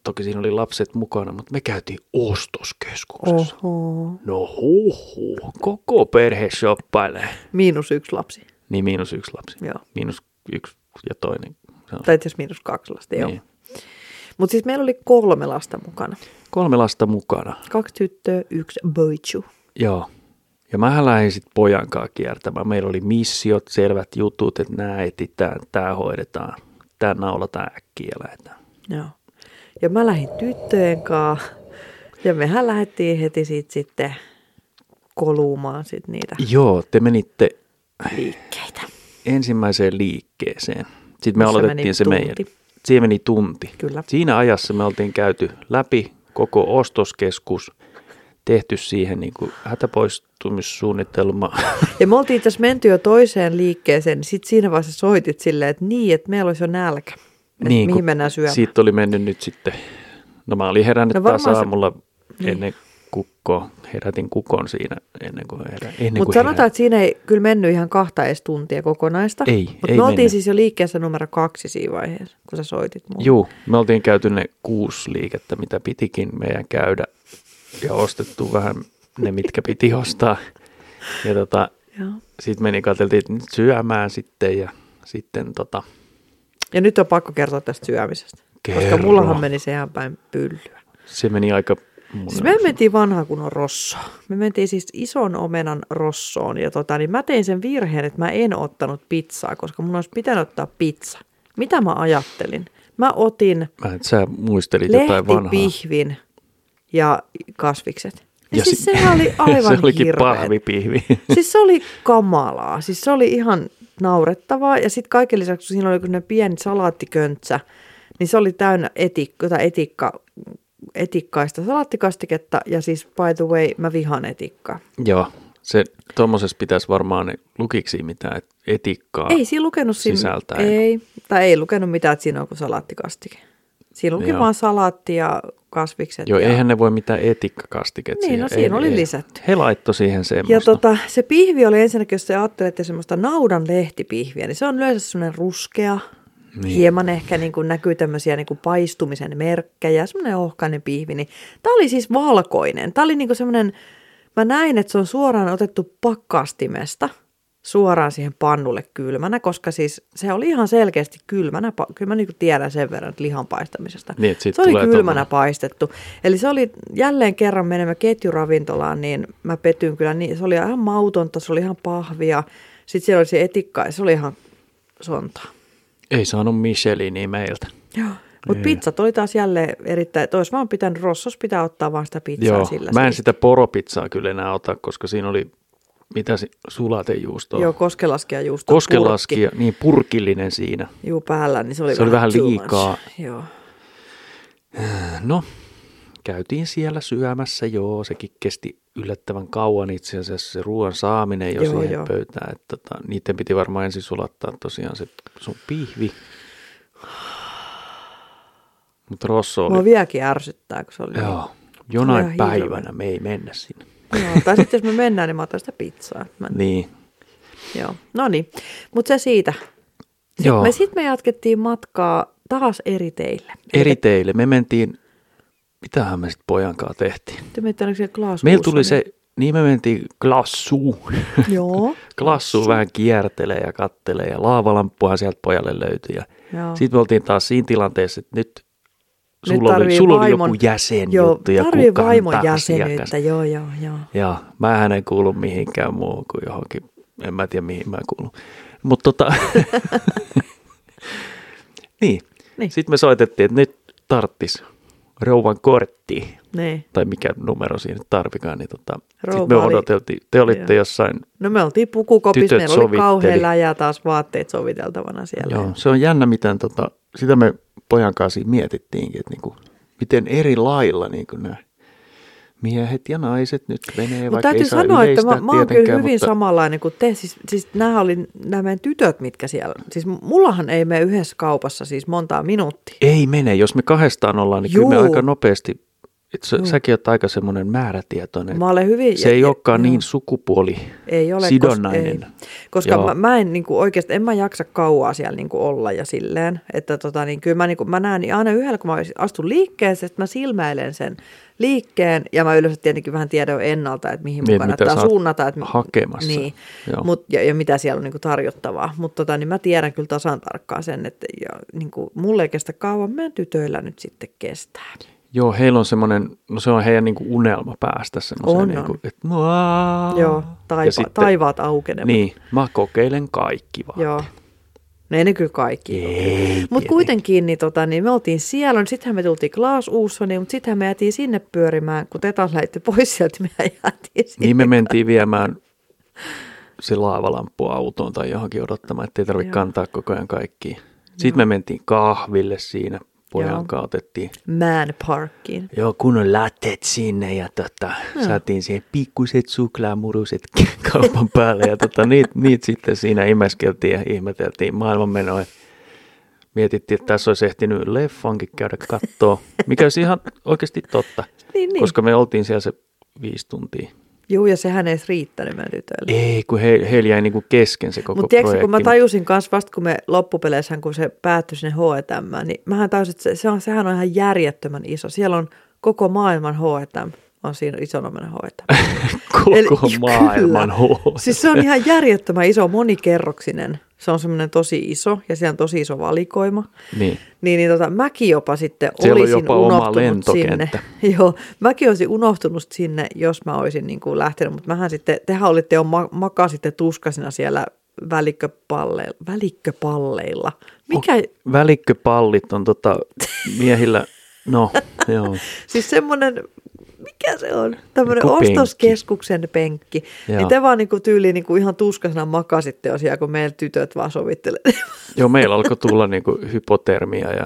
A: toki siinä oli lapset mukana, mutta me käytiin ostoskeskuksessa. Oh.
B: Oho.
A: No huhu, koko perhe shoppailee.
B: Miinus yksi lapsi.
A: Niin miinus yksi lapsi.
B: Joo.
A: Miinus yksi ja toinen. Se on-
B: Tai itse asiassa miinus kaksi lasta, joo.
A: Niin.
B: Niin. Mutta siis meillä oli kolme lasta mukana.
A: Kolme lasta mukana.
B: Kaksi tyttöä, yksi boitsu.
A: Joo. Ja mä lähdin sitten pojan kanssa kiertämään. Meillä oli missiot, selvät jutut, että nämä etsitään, tämä hoidetaan, tämä naulataan äkkiä ja lähdetään.
B: Joo. Ja mä lähdin tyttöjen kanssa. Ja mehän lähdettiin heti siitä sitten kolumaan sit niitä
A: Joo, te menitte
B: liikkeitä.
A: ensimmäiseen liikkeeseen. Sitten me
B: Missä
A: aloitettiin
B: meni
A: se meidän.
B: tunti.
A: Siihen meni tunti.
B: Kyllä.
A: Siinä ajassa me oltiin käyty läpi koko ostoskeskus, tehty siihen niin kuin hätäpoistumissuunnitelma.
B: Ja me oltiin tässä menty jo toiseen liikkeeseen, niin sitten siinä vaiheessa soitit silleen, että niin, että meillä olisi jo nälkä. Että niin,
A: kun
B: mihin mennään syömään. Siitä...
A: Siitä oli mennyt nyt sitten, no mä olin herännyt no,
B: No
A: taas
B: varmaan se- niin.
A: aamulla se... ennen kukkoa. Herätin kukon siinä ennen kuin herä. Ennen
B: Mutta
A: kuin
B: sanotaan,
A: herä-
B: että siinä ei kyllä mennyt ihan kahta edes tuntia kokonaista.
A: Ei,
B: Mutta
A: ei
B: me oltiin
A: mennyt.
B: siis jo liikkeessä numero kaksi siinä vaiheessa, kun sä soitit mulle.
A: Juu, me oltiin käyty ne kuusi liikettä, mitä pitikin meidän käydä ja ostettu vähän ne, mitkä piti ostaa. Ja tota,
B: Joo.
A: sitten meni, katseltiin että nyt syömään sitten ja sitten tota,
B: Ja nyt on pakko kertoa tästä syömisestä.
A: Kerro.
B: Koska mullahan meni se ihan päin pyllyä.
A: se meni aika mun
B: Siis me mentiin vanhaan kunnon rossoon. Me mentiin siis ison omenan rossoon. Ja tota, niin mä tein sen virheen, että mä en ottanut pizzaa, koska mun olisi pitänyt ottaa pizza. Mitä mä ajattelin? Mä otin
A: Mä, et sä muistelit jotain vanhaa.
B: lehtipihvin ja kasvikset. Ja, ja siis sehän oli aivan
A: se olikin
B: hirveet.
A: pahvipihvi.
B: Siis se oli kamalaa. Siis se oli ihan naurettavaa. Ja sitten kaiken lisäksi, kun siinä oli kun ne pieni salaattiköntsä, niin se oli täynnä etikko, tai etikka, etikkaista salaattikastiketta. Ja siis by the way, mä vihaan etikkaa.
A: Joo, se tuommoisessa pitäisi varmaan ne lukiksi mitään etikkaa.
B: Ei siinä lukenut siinä.
A: Sisältää.
B: Ei, tai ei lukenut mitään, että siinä on kuin salaattikastike. Siinä luki
A: Joo.
B: vaan salaatti ja kasvikset.
A: Joo,
B: ja...
A: eihän ne voi mitään etikkakastiketta
B: Niin,
A: siihen.
B: no siinä
A: ei,
B: oli
A: ei.
B: lisätty.
A: He laittoi siihen
B: Ja
A: semmoista.
B: tota, se pihvi oli ensinnäkin, jos te ajattelette semmoista naudan lehtipihviä, niin se on yleensä semmoinen ruskea,
A: Niin.
B: niin. hieman ehkä niin kuin näkyy tämmöisiä niin kuin paistumisen merkkejä, semmoinen ohkainen pihvi. Niin tämä oli siis valkoinen. Tämä oli niin kuin semmoinen, mä näin, että se on suoraan otettu pakkastimesta suoraan siihen pannulle kylmänä, koska siis se oli ihan selkeästi kylmänä, pa- kyllä mä niin kuin tiedän sen verran että lihan paistamisesta.
A: Niin, että siitä
B: se oli
A: tulee
B: kylmänä
A: tommonen.
B: paistettu. Eli se oli jälleen kerran menemme ketjuravintolaan, niin mä petyin kyllä, niin se oli ihan mautonta, se oli ihan pahvia. Sitten siellä oli se etikka ja se oli ihan sontaa.
A: Ei saanut Micheliniä meiltä. Niin.
B: Mutta pizzat oli taas jälleen erittäin, että olisi vaan pitänyt, Rossos pitää ottaa vaan sitä pizzaa
A: Joo,
B: sillä.
A: mä en
B: siisti.
A: sitä poropizzaa kyllä enää ota, koska siinä oli, mitä se, sulatejuustoa.
B: Joo, koskelaskija just on
A: Koskelaskia, niin purkillinen siinä.
B: purkki Juu päällä, niin se oli,
A: Se oli vähän
B: too much.
A: liikaa.
B: Joo.
A: No, käytiin siellä syömässä, joo, sekin kesti yllättävän kauan itse asiassa se ruoan saaminen jo
B: Joo,
A: siihen
B: joo.
A: pöytään. Että, tota, niiden piti varmaan ensin sulattaa tosiaan se sun pihvi. Mutta Rosso
B: Mua
A: oli,
B: vieläkin ärsyttää, kun se oli.
A: joo, jonain
B: ihan hirveä.
A: päivänä me ei mennä sinne.
B: Joo. Tai sitten jos me mennään, niin mä otan sitä pizzaa. Mä,
A: Niin,
B: Joo, no niin. Mutta se siitä.
A: Joo.
B: Sitten me, sit me jatkettiin matkaa taas eri teille.
A: eri teille. Me mentiin, mitähän me sitten pojan kanssa tehtiin?
B: Te menitte ainakin siellä Glasgowssa,
A: Meillä tuli
B: niin-
A: se, niin me mentiin klassuun.
B: Joo.
A: Klassu vähän kiertelee ja kattelee ja laavalamppuhan sieltä pojalle löytyi. Ja
B: Joo.
A: sitten me oltiin taas siinä tilanteessa, että nyt
B: No. Nyt
A: sulla, oli,
B: tarvii
A: sulla oli
B: vaimon-
A: joku jäsen
B: Joo,
A: juttu ja
B: tarvii
A: kuka
B: vaimon
A: taas
B: jäsenyyttä,
A: siekas.
B: joo, joo, joo.
A: Ja mä en kuulu mihinkään muuhun kuin johonkin, en mä tiedä mihin mä kuulun. Mutta tota, niin.
B: Niin.
A: Sitten me soitettiin, että nyt tarttis rouvan korttiin,
B: Niin.
A: tai mikä numero siinä nyt tarvikaan, niin tota, sit me
B: Rouva oli-
A: odoteltiin, te olitte
B: Joo.
A: jossain,
B: No me oltiin pukukopissa,
A: Tytöt
B: meillä oli
A: sovitteli.
B: kauhea läjä taas vaatteet soviteltavana siellä.
A: joo, se on jännä, miten tota, sitä me pojan kanssa siinä mietittiinkin, että niinku, miten eri lailla niinku nämä miehet ja naiset nyt menee,
B: Mutta
A: Niin, vaikka
B: No täytyy
A: ei saa
B: sanoa, että mä,
A: yleistää
B: mä oon kyllä
A: tietenkään,
B: hyvin
A: mutta-
B: mutta... samanlainen kuin te. Siis, siis nämä oli nämä meidän tytöt, mitkä siellä... Siis mullahan ei mene yhdessä kaupassa siis montaa minuuttia.
A: Ei mene, jos me kahdestaan ollaan, niin kyllä me
B: Juu.
A: aika nopeasti, et sä,
B: Juu.
A: säkin oot aika semmoinen määrätietoinen.
B: Mä olen hyvin...
A: se ei
B: ja-
A: olekaan
B: joo.
A: niin sukupuoli.
B: ei ole,
A: sidonnainen.
B: Koska, ei, koska
A: Joo.
B: mä, mä, en niin kuin oikeasti, en mä jaksa kauaa siellä niin kuin olla ja silleen. Että tota, niin kyllä mä, niin kuin, mä näen niin aina yhdellä, kun mä astun liikkeen, että mä silmäilen sen liikkeen. Ja mä yleensä tietenkin vähän tiedän jo ennalta, että mihin
A: Niin,
B: niin,
A: että mitä
B: kannattaa
A: sä oot
B: suunnata. Että,
A: hakemassa.
B: Niin,
A: Joo.
B: mut, ja, ja, mitä siellä on niin kuin tarjottavaa. Mutta tota, niin mä tiedän kyllä tasan tarkkaan sen, että ja, niin kuin, mulle ei kestä kauan, meidän tytöillä nyt sitten kestää.
A: Joo, heillä on semmoinen, no se on heidän niinku unelma päästä semmoiseen,
B: On,
A: niinku,
B: on.
A: että mua.
B: Joo,
A: Ja
B: taiva,
A: sitten-
B: taivaat aukenevat.
A: Niin, mä kokeilen kaikki vaan.
B: Joo. No ei ne kyllä kaikki.
A: Ei,
B: Mutta kuitenkin niin, tota, niin me oltiin siellä, niin sittenhän me tultiin Klaas Uussoniin, mutta sittenhän me jäätiin sinne pyörimään, kun te taas lähditte pois sieltä, me jäätiin sinne.
A: Niin me mentiin viemään se laavalamppu autoon tai johonkin odottamaan, ettei tarvitse
B: Joo.
A: kantaa koko ajan kaikkiin. Sitten me mentiin kahville siinä,
B: Joo.
A: pojan kanssa otettiin
B: Man Parkiin.
A: Joo, kunnon latteet sinne ja tota, saatiin siihen pikkuset suklaamuruset kaupan päälle ja tota, niitä niit sitten siinä imeskeltiin ja ihmeteltiin maailmanmenoa. ja Mietittiin, että tässä olisi ehtinyt leffankin käydä kattoo, mikä olisi ihan oikeasti totta,
B: Niin, niin. Koska...
A: koska me oltiin siellä se viisi tuntia.
B: Juu, ja sehän ei edes riittänyt meidän tytöille.
A: Ei, kun he, heillä jäi niinku kesken se koko
B: Mutta
A: projekti.
B: tiedätkö, kun mä tajusin kanssa vasta, kun me loppupeleissähän, kun se päättyi sinne H&M, niin mähän tajusin, että se, se on, sehän on ihan järjettömän iso. Siellä on koko maailman H&M, on siinä isonomainen H&M.
A: koko
B: Eli-
A: Eli, maailman
B: kyllä.
A: huo.
B: Siis se on ihan järjettömän iso, monikerroksinen. Se on semmoinen tosi iso ja siellä on tosi iso valikoima.
A: Niin.
B: Niin, niin tota, mäkin jopa sitten
A: Siellä on
B: olisin
A: jopa oma
B: unohtunut sinne.
A: lentokenttä.
B: Joo, mäkin olisin unohtunut sinne, jos mä olisin niin kuin lähtenyt. Mutta mähän sitten, tehän olitte jo ma- makasitte tuskasina siellä välikköpalle- välikköpalleilla. Mikä, oh.
A: Välikköpallit on tota miehillä, no joo.
B: siis semmoinen, mikä se on? Tämmöinen
A: Joku penkki.
B: ostoskeskuksen penkki.
A: Joo.
B: Niin te vaan niin kuin tyyliin niin kuin ihan tuskasina makasitte jo siellä, kun meillä tytöt vaan sovittelevat.
A: Joo, meillä alkoi tulla niinku hypotermia ja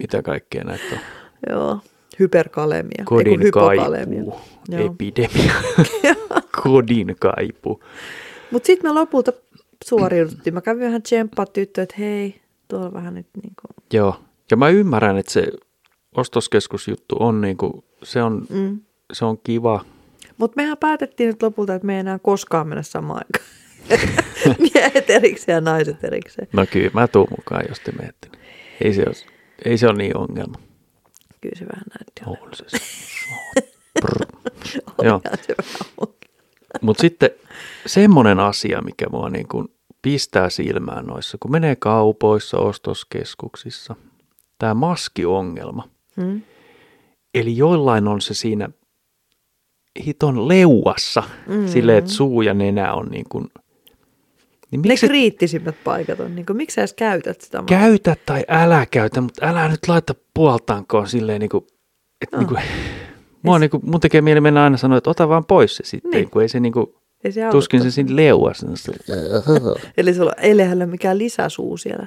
A: mitä kaikkea näitä on.
B: Joo, hyperkalemia. ei
A: Kodin
B: kun hypokalemia.
A: kaipuu,
B: Joo.
A: epidemia. Kodin kaipuu.
B: Mutta sitten me lopulta suoriuduttiin. Mä kävin vähän tsemppaa tyttöä, että hei, tuolla vähän nyt niin kuin...
A: Joo. Ja mä ymmärrän, että se ostoskeskusjuttu on niinku, se on,
B: Mm.
A: se on kiva.
B: Mutta mehän päätettiin nyt lopulta, että me ei enää koskaan mennä samaan aikaan. Miehet erikseen ja naiset erikseen.
A: No kyllä, mä tuun mukaan, jos te menette. Ei se, ole, ei se ole niin ongelma.
B: Kyllä se vähän näytti.
A: On se. se. Brr. Joo.
B: olevan se vähän ongelma.
A: Mutta sitten semmoinen asia, mikä mua niin kuin pistää silmään noissa, kun menee kaupoissa, ostoskeskuksissa, tämä maskiongelma.
B: Mm.
A: Eli joillain on se siinä hiton leuassa, mm. silleen, että suu ja nenä on niin kuin, niin
B: Ne
A: miksi et
B: kriittisimmät paikat on, niin kuin, miksi sä edes käytät sitä? Kä-
A: käytä tai älä käytä, mutta älä nyt laita puoltaankoon silleen niin kuin, että niin kuin, mua niin kuin, mun tekee mieli mennä aina sanoa, että ota vaan pois se sitten, niin.
B: Siis- Niin.
A: kun ei se niin kuin,
B: ei se auta.
A: tuskin se siinä leuassa. on se-
B: Eli sulla eilähän ole mikään lisäsuu siellä.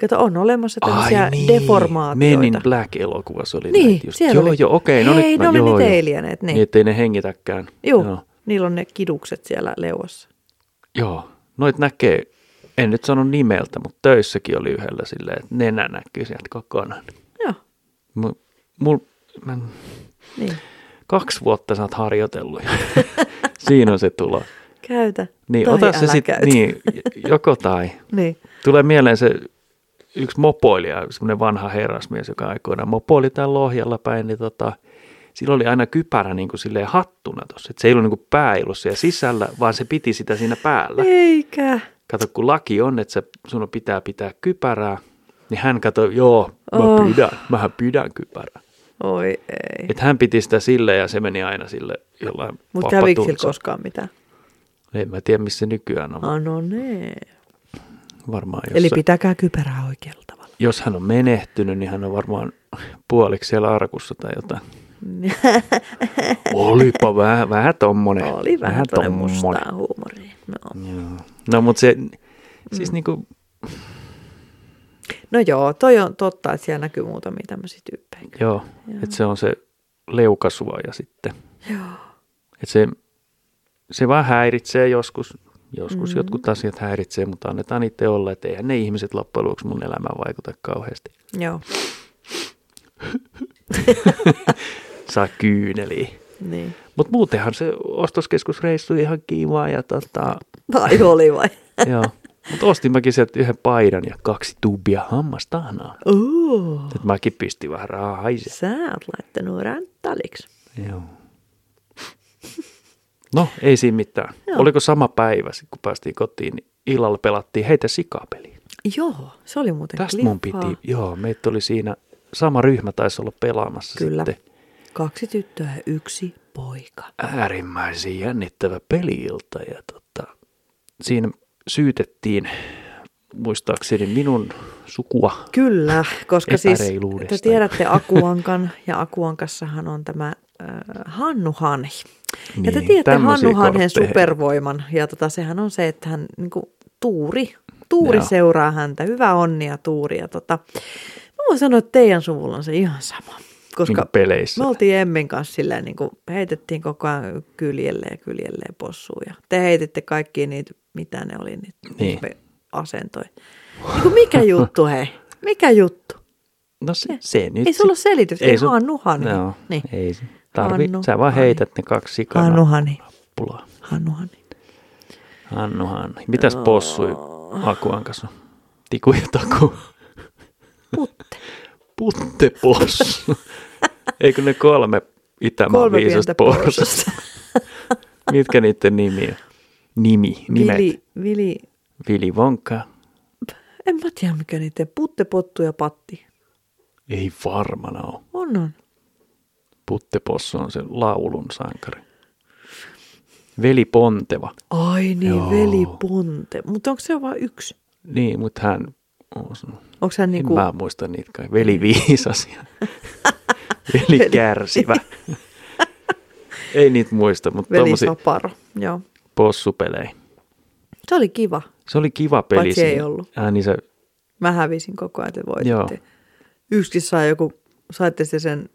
B: Kato, on olemassa tämmöisiä
A: Ai niin,
B: deformaatioita.
A: Men in Black-elokuva se oli
B: Niin,
A: näitä just.
B: siellä
A: Joo,
B: oli.
A: joo, okei. no
B: Hei,
A: nyt,
B: ne oli
A: joo,
B: ne
A: joo.
B: teiliäneet, niin.
A: Niin, ettei ne hengitäkään.
B: Juu,
A: Joo,
B: niillä on ne kidukset siellä leuassa.
A: joo. noit näkee, en nyt sano nimeltä, mutta töissäkin oli yhdellä silleen, että nenä näkyy sieltä kokonaan.
B: Joo,
A: Mul, mul, mä,
B: niin.
A: kaksi vuotta sä oot harjoitellut. Siinä on se tulo.
B: Käytä.
A: Niin,
B: tai
A: ota se
B: älä
A: sitten,
B: käytä.
A: niin, joko tai.
B: niin.
A: Tulee mieleen se yksi mopoilija, semmoinen vanha herrasmies, joka aikoinaan mopoili täällä Lohjalla päin, niin tota, sillä oli aina kypärä niin kuin silleen hattuna tuossa. että Se ei ollut niin kuin pää ei ollut siellä sisällä, vaan se piti sitä siinä päällä.
B: Niin. Eikä.
A: Kato, kun laki on, että se, sun pitää pitää kypärää, niin hän katsoi, joo, mä
B: Oh.
A: pidän, mähän pidän kypärää.
B: Oi ei.
A: Että hän piti sitä silleen ja se meni aina sille jollain
B: Mutta kävikö sillä
A: papatunsa.
B: koskaan mitään?
A: En mä tiedä, missä se nykyään on.
B: Ah, no nee.
A: Varmaan jossain.
B: Eli pitäkää kypärää oikealla tavalla.
A: jos hän on menehtynyt, niin hän on varmaan puoliksi siellä arkussa tai jotain. Olipa vähän, vähän tommonen.
B: Oli vähän tuonne
A: Niin. tommonen.
B: mustaa huumoria. No.
A: Joo. No mutta se, siis
B: Mm.
A: niinku,
B: no joo, toi on totta, että siellä näkyy muutamia tämmöisiä tyyppejä. kyllä.
A: joo,
B: Joo.
A: että se on se leukasuoja sitten.
B: Joo.
A: Että se, se vaan häiritsee joskus, joskus
B: Mm.
A: mm. jotkut asiat häiritsee, mutta annetaan niitä olla, että eihän ne ihmiset loppujen lopuksi mun elämään vaikuta kauheasti.
B: Joo,
A: Saa kyyneliä.
B: niin.
A: Mutta muutenhan se ostoskeskusreissu ihan kiva ja tota,
B: Vai oli vai?
A: joo. Mutta ostin mäkin sieltä yhden paidan ja kaksi tubia hammastahnaa.
B: Ooh,
A: Nyt mäkin pistin vähän rahaa haisee.
B: sä oot laittanut ranttaliksi.
A: Joo. No, ei siinä mitään.
B: Joo.
A: Joo. Oliko sama päivä, sit kun päästiin kotiin, niin illalla pelattiin heitä sikapeliä.
B: Joo, se oli muuten
A: Tästä mun
B: klippaa.
A: piti, joo, meitä oli siinä, sama ryhmä taisi olla pelaamassa
B: Kyllä.
A: sitten.
B: Kaksi tyttöä ja yksi poika.
A: äärimmäisen jännittävä peliilta ja tota, siinä syytettiin muistaakseni minun sukua.
B: Kyllä, koska siis
A: Epäreiluudesta.
B: te tiedätte Akuankan ja Akuankassahan on tämä äh, Hannu Hanhi. Ja te
A: Niin,
B: tiedätte
A: tämmöisiä
B: Hannu Hanhen
A: kortteja.
B: supervoiman ja tota, sehän on se, että hän niin kuin, tuuri, tuuri
A: Joo.
B: seuraa häntä. Hyvä onnia tuuri ja tota, mä voin sanoa, että teidän suvulla on se ihan sama.
A: Koska
B: Koska
A: niin peleissä.
B: me oltiin Emmin kanssa silleen, niin kuin heitettiin koko ajan kyljelle ja kyljelle possuun. Ja te heititte kaikki niitä, mitä ne oli, niitä
A: Niin.
B: niin. asentoja. Niin kuin mikä juttu hei? Mikä juttu?
A: No se, se nyt.
B: Ei
A: sit-
B: sulla ole selitys. Ei,
A: sun-
B: Hannu Hani.
A: No,
B: Niin.
A: niin. ei se. Tarvi,
B: Hannu
A: sä vaan
B: Hani.
A: heität ne kaksi sikana.
B: Hannu
A: Hannu.
B: Hani. Hannu Hani.
A: Hannu Hanhi. Mitäs possui Akuan kanssa? Tiku ja taku.
B: Putte.
A: Putte possu. Eikö ne kolme Itämaan
B: Kolme
A: viisasta
B: pientä
A: possu?
B: porsasta.
A: Mitkä niiden nimi on? Nimi, nimet. Vili,
B: Vili, Vili.
A: Vili Vonka.
B: En mä tiedä mikä niitä. Putte, pottu ja patti.
A: Ei varmana ole.
B: On on.
A: Puttepossu on se laulun sankari. Veli Ponteva.
B: Ai niin, Joo.
A: Joo.
B: veli Ponte. Mutta onko se vain yksi?
A: Niin, mutta hän on sun.
B: Onko hän niin
A: Niin
B: kuin...
A: Mä muistan niitä kaikki. Veli Viisas ja Veli Kärsivä. Ei niitä muista, mutta
B: Veli
A: tommosia
B: Saparo. Joo.
A: possupelejä.
B: Se oli kiva.
A: Se oli kiva peli.
B: Paitsi ei
A: siinä.
B: ollut.
A: Äh, niin se,
B: Mä hävisin koko ajan, te
A: Joo.
B: voititte. Yksikin sai joku, saitte se sen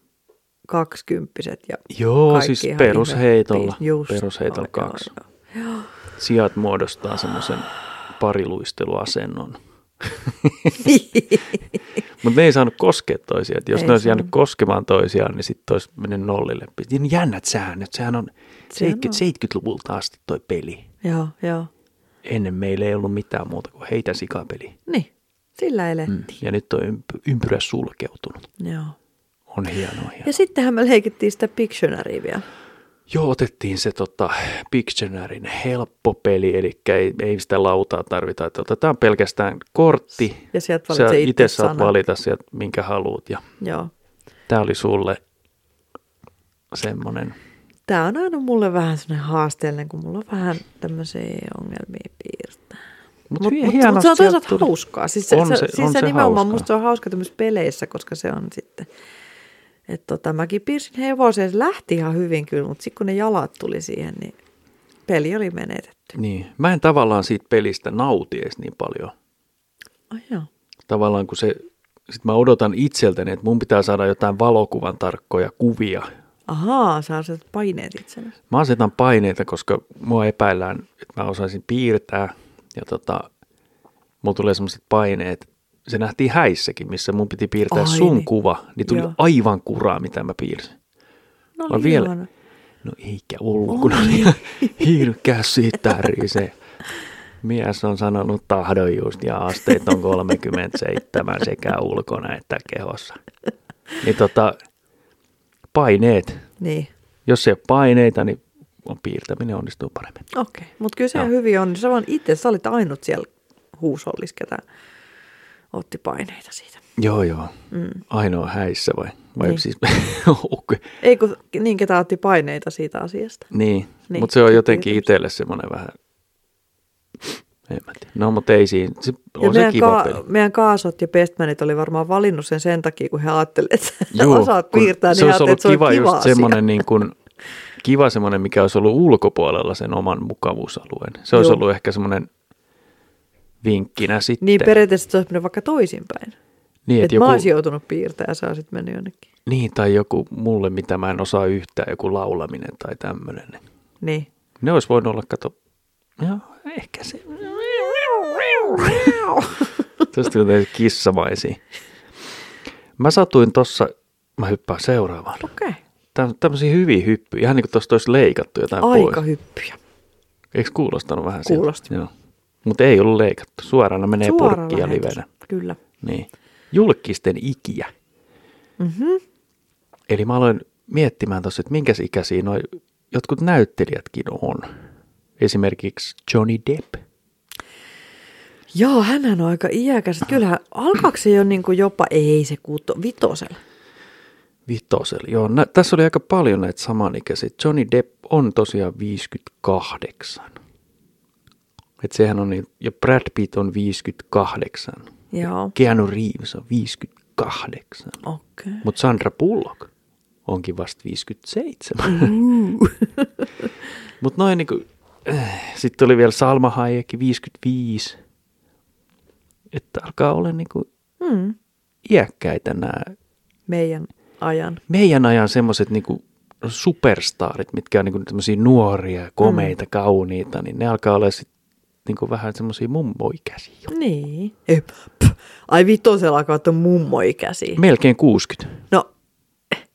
B: kaksikymppiset ja
A: joo,
B: kaikki
A: siis
B: ihan
A: perusheitolla.
B: ihme- Just,
A: Perusheitolla
B: joo,
A: kaksi.
B: joo.
A: Sijat muodostaa semmoisen pariluisteluasennon. Mutta ne ei saanut koskea toisiaan. Et Jos
B: Ei
A: ne olisi jäänyt
B: saanut.
A: koskemaan toisiaan, niin sitten olisi mennyt nollille. Ja ne jännät säännöt. Sehän on
B: Sehän on.
A: 70, 70-luvulta asti toi peli.
B: Joo, joo.
A: Ennen meillä ei ollut mitään muuta kuin heitä sikapeli.
B: Niin, sillä elettiin.
A: Mm. Ja nyt on ympy- ympyrä sulkeutunut.
B: Mm. Joo.
A: On hienoa. hienoa.
B: Ja sittenhän me leikittiin sitä Pictionarya vielä.
A: Joo, otettiin se tota, Pictionarin helppo peli, eli ei, ei sitä lautaa tarvita. Että otetaan pelkästään kortti.
B: Ja sieltä
A: Sä
B: valitse itse
A: itse saat
B: sana.
A: valita sieltä, minkä haluat. Ja
B: Joo.
A: tämä oli sulle semmoinen
B: Tämä on aina mulle vähän sellainen haasteellinen, kun mulla on vähän tämmöisiä ongelmia piirtää.
A: Mut
B: Mutta
A: hie-
B: mut,
A: hienosti
B: mut se on toisaalta
A: sieltä tuli.
B: hauskaa. Siis se, on se, se, siis on se, se nimenomaan hauskaa. musta se on hauska tämmöisissä peleissä, koska se on sitten... Että tota, mäkin piirsin hevoseen, se lähti ihan hyvin kyllä, mutta sitten kun ne jalat tuli siihen, niin peli oli menetetty.
A: Niin. Mä en tavallaan siitä pelistä nauti edes niin paljon.
B: Ai joo.
A: Tavallaan kun se, sit mä odotan itseltäni, että mun pitää saada jotain valokuvan tarkkoja kuvia.
B: Ahaa, sä asetat paineet itsellesi.
A: Mä asetan paineita, koska mua epäillään, että mä osaisin piirtää. Ja tota, mulla tulee semmoiset paineet. Se nähtiin häissäkin, missä mun piti piirtää
B: Ai
A: Ai, sun
B: niin.
A: niin. kuva. Niin tuli
B: Joo.
A: Joo. aivan kuraa, mitä mä piirsin.
B: No
A: Mä
B: niin,
A: vielä-
B: ihana.
A: No eikä ollut, kun on ihan hirkeä sitärise. Mies on sanonut tahdon just ja asteet on 37 sekä ulkona että kehossa. Niin tota, paineet.
B: Niin,
A: Jos ei ole paineita, niin on piirtäminen onnistuu paremmin.
B: okei. Okay. Mutta kyllä se ihan
A: Joo.
B: hyvin on. Sä vaan itse, sä olit ainut siellä huusollis, ketä otti paineita siitä.
A: Joo, joo.
B: Mm.
A: Ainoa häissä vai? Vai
B: Niin.
A: niin. siis, okay.
B: Ei kun niin, ketä otti paineita siitä asiasta.
A: Niin,
B: Niin,
A: niin mutta se on
B: se
A: jotenkin
B: piirtymys.
A: itselle semmoinen vähän En mä tiedä. No, mutta ei siinä. Se,
B: Ja
A: on se
B: meidän,
A: kiva
B: ka-
A: peli.
B: meidän kaasot ja pestmänit oli varmaan valinnut sen sen takia, kun he ajattelivat, että sä
A: Juu,
B: osaat
A: kun
B: piirtää,
A: se
B: niin he
A: olisi
B: ajattelivat,
A: ollut
B: että se on
A: kiva,
B: kiva,
A: just
B: asia.
A: semmoinen niin kuin, kiva semmoinen, mikä olisi ollut ulkopuolella sen oman mukavuusalueen. Se olisi
B: Juu.
A: ollut ehkä semmoinen vinkkinä sitten.
B: Niin periaatteessa se olisi mennyt vaikka toisinpäin.
A: niin, että
B: Että joku...
A: joku,
B: mä olisin joutunut piirtämään ja sä olisit mennyt jonnekin.
A: niin, tai joku mulle, mitä mä en osaa yhtään, joku laulaminen tai tämmöinen.
B: Niin.
A: Ne olisi voinut olla, kato, joo, ehkä se. Tuosta tulee kissamaisia. Mä satuin tossa, mä hyppään seuraavaan.
B: Okei. Okay.
A: Tää, tämmöisiä hyviä hyppyjä, ihan niin kuin tuosta olisi leikattu jotain pois.
B: Aika hyppyjä.
A: Eikö kuulostanut vähän
B: Kuulosti.
A: siltä? Kuulosti. Mutta ei ollut leikattu. Suorana menee
B: Suora
A: purkkia
B: lähetys.
A: livenä.
B: Kyllä.
A: Niin. Julkisten ikiä. Mm-hmm.
B: Mhm.
A: Eli mä aloin miettimään tuossa, että minkäs ikäisiä noi jotkut näyttelijätkin on. Esimerkiksi Johnny Depp.
B: Joo, hänhän on aika iäkäs. Kyllähän alkaako se jo niin kuin jopa, ei se kuutto, vitosella.
A: Vitosel. Joo, nä- tässä oli aika paljon näitä samanikäisiä. Johnny Depp on tosiaan 58. Et sehän on niin, ja Brad Pitt on 58.
B: Joo,
A: Keanu Reeves on 58.
B: okei. Okay.
A: Mutta Sandra Bullock onkin vasta 57. Mutta noin niinku, äh, sitten oli vielä Salma Hayek 55. Että alkaa olla niinku
B: Mm.
A: iäkkäitä nämä
B: Meidän ajan.
A: meidän ajan semmoiset niinku superstaarit, mitkä on niinku tämmöisiä nuoria, komeita, mm. kauniita, niin ne alkaa olla sit niinku vähän semmoisia mummoikäisiä. jo.
B: Niin. Ei, pff. Ai vitosella alkaa olla mummoikäisiä.
A: Melkein 60.
B: No,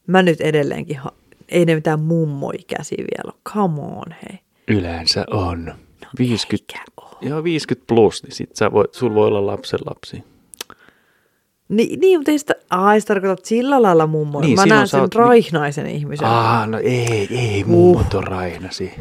B: mä nyt edelleenkin, ha- ei ne mitään mummoikäisiä vielä ole. Come on, hei.
A: Yleensä on. No, 50
B: Mikä on?
A: Joo, 50 plus, niin sit sä voit, sul voi olla lapsen lapsi.
B: Ni, niin, mutta ei sitä, ai sä tarkoitat sillä lailla mummoja.
A: Niin,
B: Niin, mä
A: silloin
B: näen
A: sä
B: sen
A: oot-
B: oot... raihnaisen ihmisen. Ah.
A: Ah, no ei, ei, mummot on rainasi.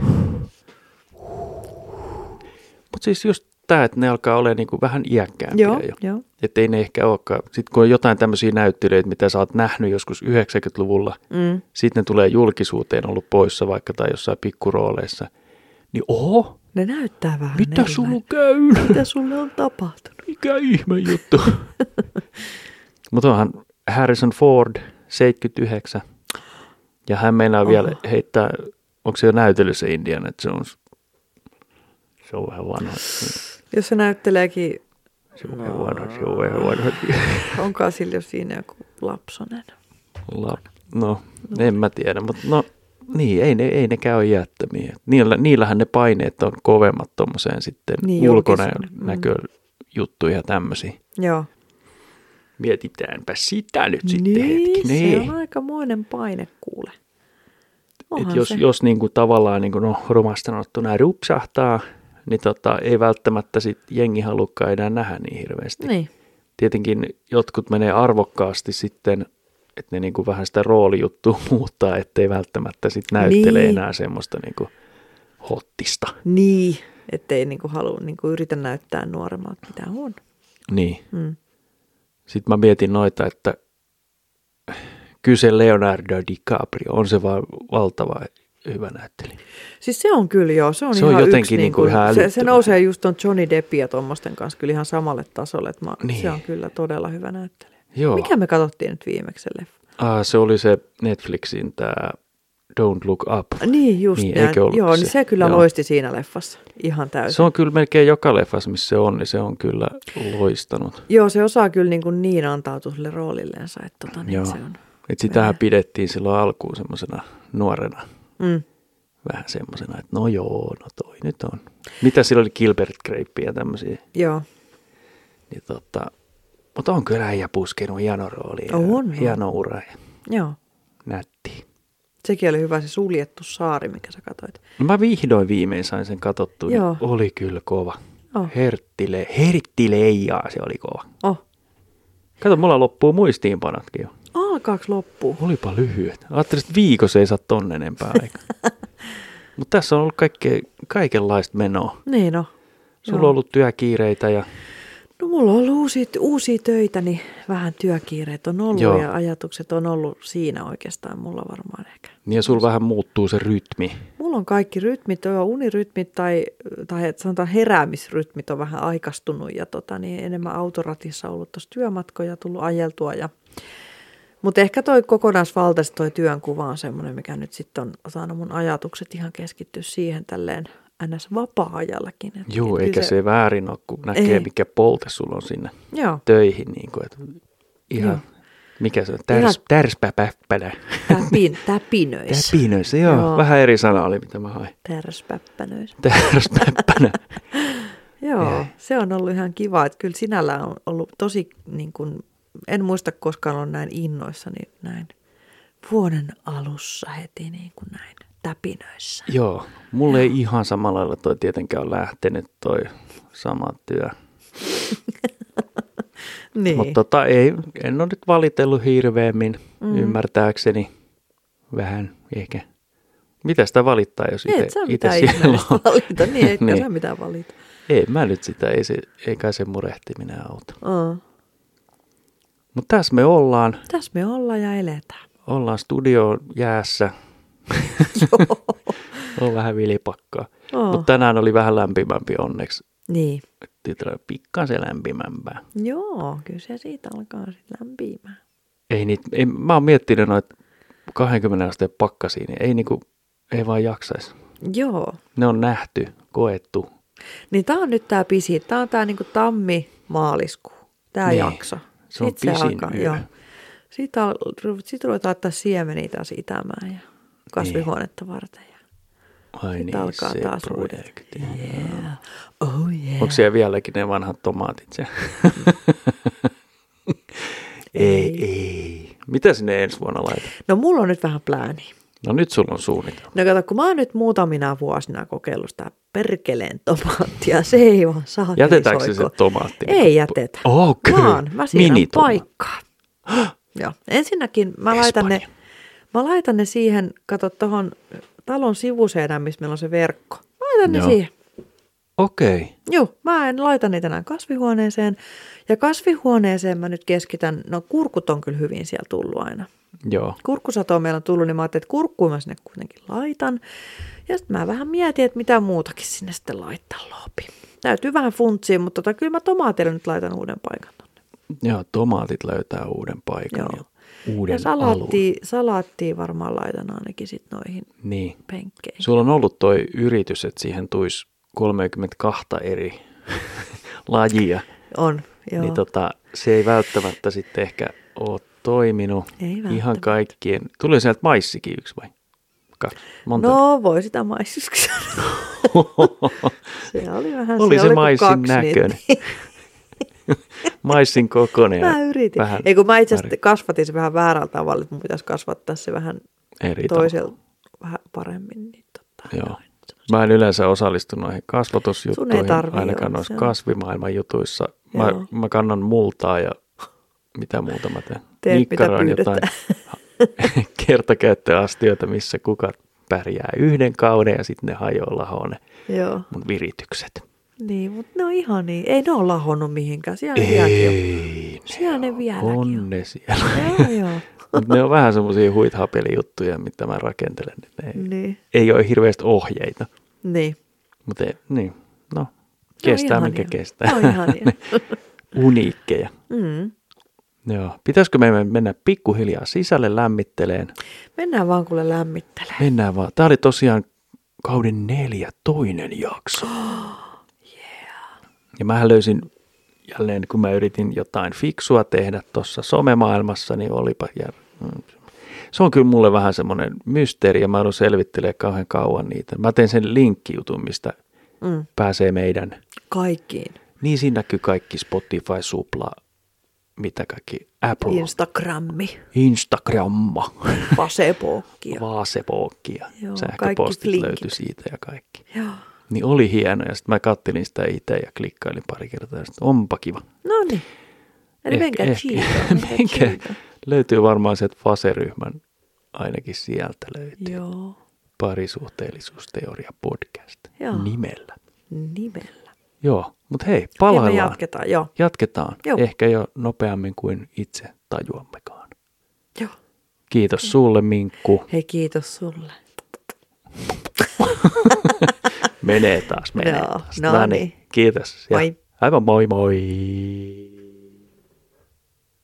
A: Mutta siis just tämä, että ne alkaa olla niinku vähän iäkkäämpiä
B: Joo,
A: jo.
B: joo.
A: Että ei ne ehkä olekaan. Sitten kun on jotain tämmöisiä näyttelijöitä, mitä sä oot nähnyt joskus 90-luvulla,
B: Mm.
A: sitten ne tulee julkisuuteen ollut poissa vaikka tai jossain pikkurooleissa. Niin oho,
B: Ne näyttää vähän.
A: mitä
B: erilaisilta.
A: sulla käy?
B: Mitä sulle on tapahtunut?
A: Mikä ihme juttu. Mutta onhan Harrison Ford, 79. Ja hän meinaa vielä heittää, onko se jo näytellyssä Indiana Jones? Se on vähän vanha. Se
B: Jos se näytteleekin,
A: on vähän vanha, se on vähän vanha.
B: onkaan sillä jos siinä joku lapsonen.
A: La- No, en mä tiedä, mutta no niin, ei ne, ei ne käy jättämiä. Niillä, niillähän ne paineet on kovemmat tuommoiseen sitten niin,
B: Niin,
A: ulkonäköjuttuja ja tämmöisiä.
B: Joo.
A: Mietitäänpä sitä nyt sitten
B: Niin,
A: hetki.
B: se on aikamoinen paine kuule.
A: Et
B: Onhan
A: jos
B: se.
A: jos niin kuin tavallaan niin kuin, no, rumasti sanottuna rupsahtaa, niin tota, ei välttämättä sit jengi halukkaan enää nähdä niin hirveästi.
B: Niin.
A: Tietenkin jotkut menee arvokkaasti sitten, että ne niin kuin vähän sitä roolijuttua muuttaa, ettei välttämättä sit näyttele
B: Niin.
A: enää semmoista niin kuin hottista.
B: Niin, ettei niinku halua niinku yritä näyttää nuoremmalta mitä on.
A: Niin.
B: Mm.
A: Sitten mä mietin noita, että kyllä se Leonardo DiCaprio on se vaan valtava hyvä näyttelijä.
B: Siis se on kyllä joo, se on
A: Se on
B: ihan
A: jotenkin
B: yksi,
A: niinku
B: niinku,
A: ihan
B: se, se
A: älyttömän.
B: nousee just ton Johnny Deppia tuommoisten kanssa kyllä ihan samalle tasolle, että mä,
A: Niin.
B: niin. se on kyllä todella hyvä näyttelijä.
A: Joo.
B: Mikä me katsottiin nyt viimeksi se leffa?
A: Ah, se oli se Netflixin tämä Don't Look Up.
B: Niin just
A: Niin,
B: näin.
A: eikö ollut
B: Joo,
A: se?
B: niin se kyllä
A: Joo.
B: joo. loisti siinä leffassa ihan täysin.
A: Se on kyllä melkein joka leffas, missä se on, niin se on kyllä loistanut.
B: Joo, se osaa kyllä niin, kuin niin antautua sille roolilleensa, että tota, niin
A: Joo.
B: se on.
A: Et sitähän pidettiin silloin alkuun semmoisena nuorena
B: Mm.
A: vähän semmoisena, että no joo, no toi nyt on. Mitä sillä oli Gilbert Grape ja tämmöisiä.
B: Joo,
A: Niin tota, mutta on kyllä äijä puskenut hieno rooli ja
B: On, on.
A: hieno ura ja
B: joo.
A: nätti.
B: Sekin oli hyvä se suljettu saari, mikä sä katsoit.
A: No mä vihdoin viimein sain sen katsottua. niin
B: Joo.
A: Oli kyllä kova.
B: Oh.
A: Herttile, herttileijaa se oli kova.
B: Oh,
A: Kato, mulla loppuu muistiinpanotkin jo.
B: alkaaks loppu?
A: Olipa lyhyet. Ajattelin, että viikossa ei saa tonne enempää aikaa. Mutta tässä on ollut kaikkea, kaikenlaista menoa.
B: Niin no.
A: Sulla
B: Joo.
A: on ollut työkiireitä ja
B: No mulla on ollut uusia, uusia töitä, niin vähän työkiireet on ollut
A: Joo.
B: Joo. ja ajatukset on ollut siinä oikeastaan mulla varmaan ehkä.
A: niin ja sulla vähän muuttuu se rytmi.
B: Mulla mulla on kaikki rytmit, jo unirytmit tai, tai et sanotaan heräämisrytmit on vähän aikastunut ja tota, niin enemmän autoratissa ollut tuossa työmatkoja tullut ajeltua. Ja... Mutta ehkä toi kokonaisvaltaisesti toi työnkuva on semmoinen, mikä nyt sitten on saanut mun ajatukset ihan keskittyä siihen tälleen ns. vapaa-ajallakin. Et-
A: Joo,
B: et niin
A: eikä
B: kyllä
A: se, se väärin ole, kun näkee,
B: Ei.
A: mikä polte sulla on sinne
B: Joo,
A: töihin. Niin kuin, että ihan,
B: Joo.
A: mikä se on,
B: Ihan-
A: tärs, tärspäpäppänä.
B: täpin, täpinöissä.
A: Täpinöissä, joo.
B: Joo.
A: joo. Vähän eri sana oli, mitä mä hain.
B: Tärspäppänöissä.
A: Tärspäppänä.
B: Joo,
A: Joo.
B: se on ollut ihan kiva, että kyllä sinällä on ollut tosi, niin kuin, en muista koskaan olla näin innoissani näin vuoden alussa heti niin kuin näin täpinöissä.
A: Joo, mulle ei ihan samalla lailla toi tietenkään ole lähtenyt toi sama työ.
B: Niin,
A: Mutta tota, ei, en ole nyt valitellut hirveämmin, mm. ymmärtääkseni. Vähän ehkä. Mitä sitä valittaa, jos
B: ei, et sä
A: itse
B: mitään
A: siellä
B: ihmeellistä
A: on?
B: valita, niin etkä niin.
A: Niin.
B: sä mitään valita.
A: Ei mä nyt sitä, ei, se, ei kai se murehtiminen auta.
B: Oh.
A: Mutta tässä me ollaan,
B: Tässä me ollaan ja eletään.
A: ollaan studioon jäässä. on vähän vilipakkaa.
B: Oo.
A: Mutta tänään oli vähän lämpimämpi onneksi.
B: Niin,
A: Tytöllä pikkasen lämpimämpää.
B: joo, kyllä se siitä alkaa sitten lämpimään.
A: Ei niitä, ei, mä oon miettinyt noita 20 asteen pakkasiin, niin ei niinku, ei vaan jaksaisi.
B: Joo,
A: Ne on nähty, koettu.
B: Niin tämä on nyt tämä pisi, tämä on tämä niinku tammi-maaliskuu, tämä niin.
A: Niin.
B: jakso.
A: Se on
B: Sitten
A: pisin yö.
B: joo. Sitten al, ru- sit ruvetaan ottaa siemeniä taas itämään ja kasvihuonetta niin. varten. Ja,
A: Ai
B: Sit
A: niin,
B: alkaa
A: se
B: taas uudet.
A: projekti.
B: yeah. Oh yeah.
A: Onko siellä vieläkin ne vanhat tomaatit siellä? ei, ei. Mitä sinne ensi vuonna laitat?
B: No mulla on nyt vähän plääni.
A: No nyt sulla on suunnitelma.
B: No kato, kun mä oon nyt muutamina vuosina kokeillut sitä perkeleen tomaattia, se ei vaan saa
A: Jätetäänkö se se tomaatti? niinku Oh,
B: Ei jätetä.
A: Okei.
B: Vaan mä siirrän
A: Minitoma-
B: paikkaa. Joo. Ensinnäkin mä laitan, ne,
A: Espanja.
B: mä laitan ne siihen, kato tuohon talon sivuseinään, missä meillä on se verkko. Mä laitan ne
A: Joo.
B: siihen.
A: Okei. Okay.
B: Joo, mä en laita niitä enää kasvihuoneeseen. Ja kasvihuoneeseen mä nyt keskitän, no kurkut on kyllä hyvin siellä tullut aina.
A: Joo.
B: Kurkkusato on meillä tullut, niin mä ajattelin, että kurkkuun mä sinne kuitenkin laitan. Ja sitten mä vähän mietin, että mitä muutakin sinne sitten laittaa loopi. Täytyy vähän funtsia, mutta tota, kyllä mä tomaatille nyt laitan uuden paikan tonne.
A: Joo, tomaatit löytää uuden paikan
B: Joo.
A: ja uuden
B: ja
A: alueen.
B: salaattia, salaattia varmaan laitan ainakin sit noihin
A: Niin.
B: penkkeihin.
A: Sulla on ollut toi yritys, että siihen tuisi 32 eri lajia,
B: On, joo.
A: Joo. niin tota, se ei välttämättä sitten ehkä ole toiminut
B: Ei välttämättä.
A: ihan kaikkien. Tuli sieltä maissikin yksi vai? Kaksi. Monta.
B: no voi sitä maissiksi. se oli vähän
A: Oli se
B: kuin
A: maissin
B: kaksi
A: näköinen.
B: niitä.
A: Maissin kokoinen. ja
B: mä yritin.
A: Vähän
B: Ei kun mä itse asiassa
A: väri-
B: kasvatin se vähän väärällä tavalla, että mun pitäisi kasvattaa se vähän
A: eri toisella.
B: toisella vähän paremmin. Niin totta,
A: Joo. Mä en yleensä osallistu noihin
B: Sun ei
A: kasvatusjuttuihin,
B: tarvii olla,
A: ainakaan noissa
B: se on-
A: kasvimaailman jutuissa. Mä,
B: Joo.
A: mä kannan multaa ja mitä muuta mä teen.
B: Teet, mitä
A: Nikkaraan
B: pyydetään.
A: jotain kertakäyttöastioita, missä kukat pärjää yhden kauden ja sitten ne hajoaa lahoon ne
B: Joo.
A: mun viritykset.
B: Niin, mutta ne on ihan niin. Ei ne ole lahonnut mihinkään. Siellä ne vieläkin on. Siellä ne vieläkin on.
A: on ne siellä.
B: Joo, joo.
A: Mut ne on vähän semmoisia huithapelijuttuja, mitä mä rakentelen. niin Ne ei,
B: Niin.
A: ei ole hirveästi ohjeita,
B: Niin.
A: mutta ei- niin, no,
B: Ne niin on
A: kestää mikä
B: ihania.
A: kestää.
B: Ne on ihania.
A: uniikkeja.
B: Mm.
A: Joo. Pitäisikö meidän mennä pikkuhiljaa sisälle lämmitteleen?
B: Mennään vaan kuule lämmittelemään.
A: Mennään vaan. Tämä oli tosiaan kauden neljä toinen jakso. Oh, yeah. Ja mä löysin jälleen, kun mä yritin jotain fiksua tehdä tuossa somemaailmassa, niin olipa jär... mm. Se on kyllä mulle vähän semmoinen mysteeri ja mä joudun selvittelemään kauhean kauan niitä. Mä teen sen linkkijutun, mistä
B: Mm.
A: pääsee meidän
B: Kaikkiin.
A: Niin siinä näkyy kaikki Spotify, Supla, mitä kaikki, Apple,
B: Instagrammi,
A: Instagramma,
B: Pasepokki. ja-
A: Vaasepokkia,
B: Joo, kaikki
A: sähköpostit
B: linkit.
A: löytyi siitä ja kaikki.
B: Joo.
A: Niin oli hieno ja sitten mä kattelin sitä itse ja klikkailin pari kertaa ja sitten onpa kiva.
B: No niin. Eli menkää chiikaan, menkää
A: Eh, menkää.
B: chiikaan.
A: Löytyy varmaan sieltä Faseryhmän, ainakin sieltä löytyy.
B: Joo.
A: Parisuhteellisuusteoria podcast
B: Joo.
A: nimellä.
B: Nimellä.
A: Joo, mutta hei,
B: Ja me
A: palaillaan.
B: jatketaan, joo.
A: Jatketaan
B: Joo.
A: ehkä jo nopeammin kuin itse tajuammekaan.
B: Joo.
A: Kiitos sulle Minkku.
B: Hei, kiitos sulle.
A: Menee taas, menee
B: Joo,
A: taas.
B: no
A: Noniin,
B: niin.
A: Kiitos. Ja
B: Moi.
A: Aivan moi moi.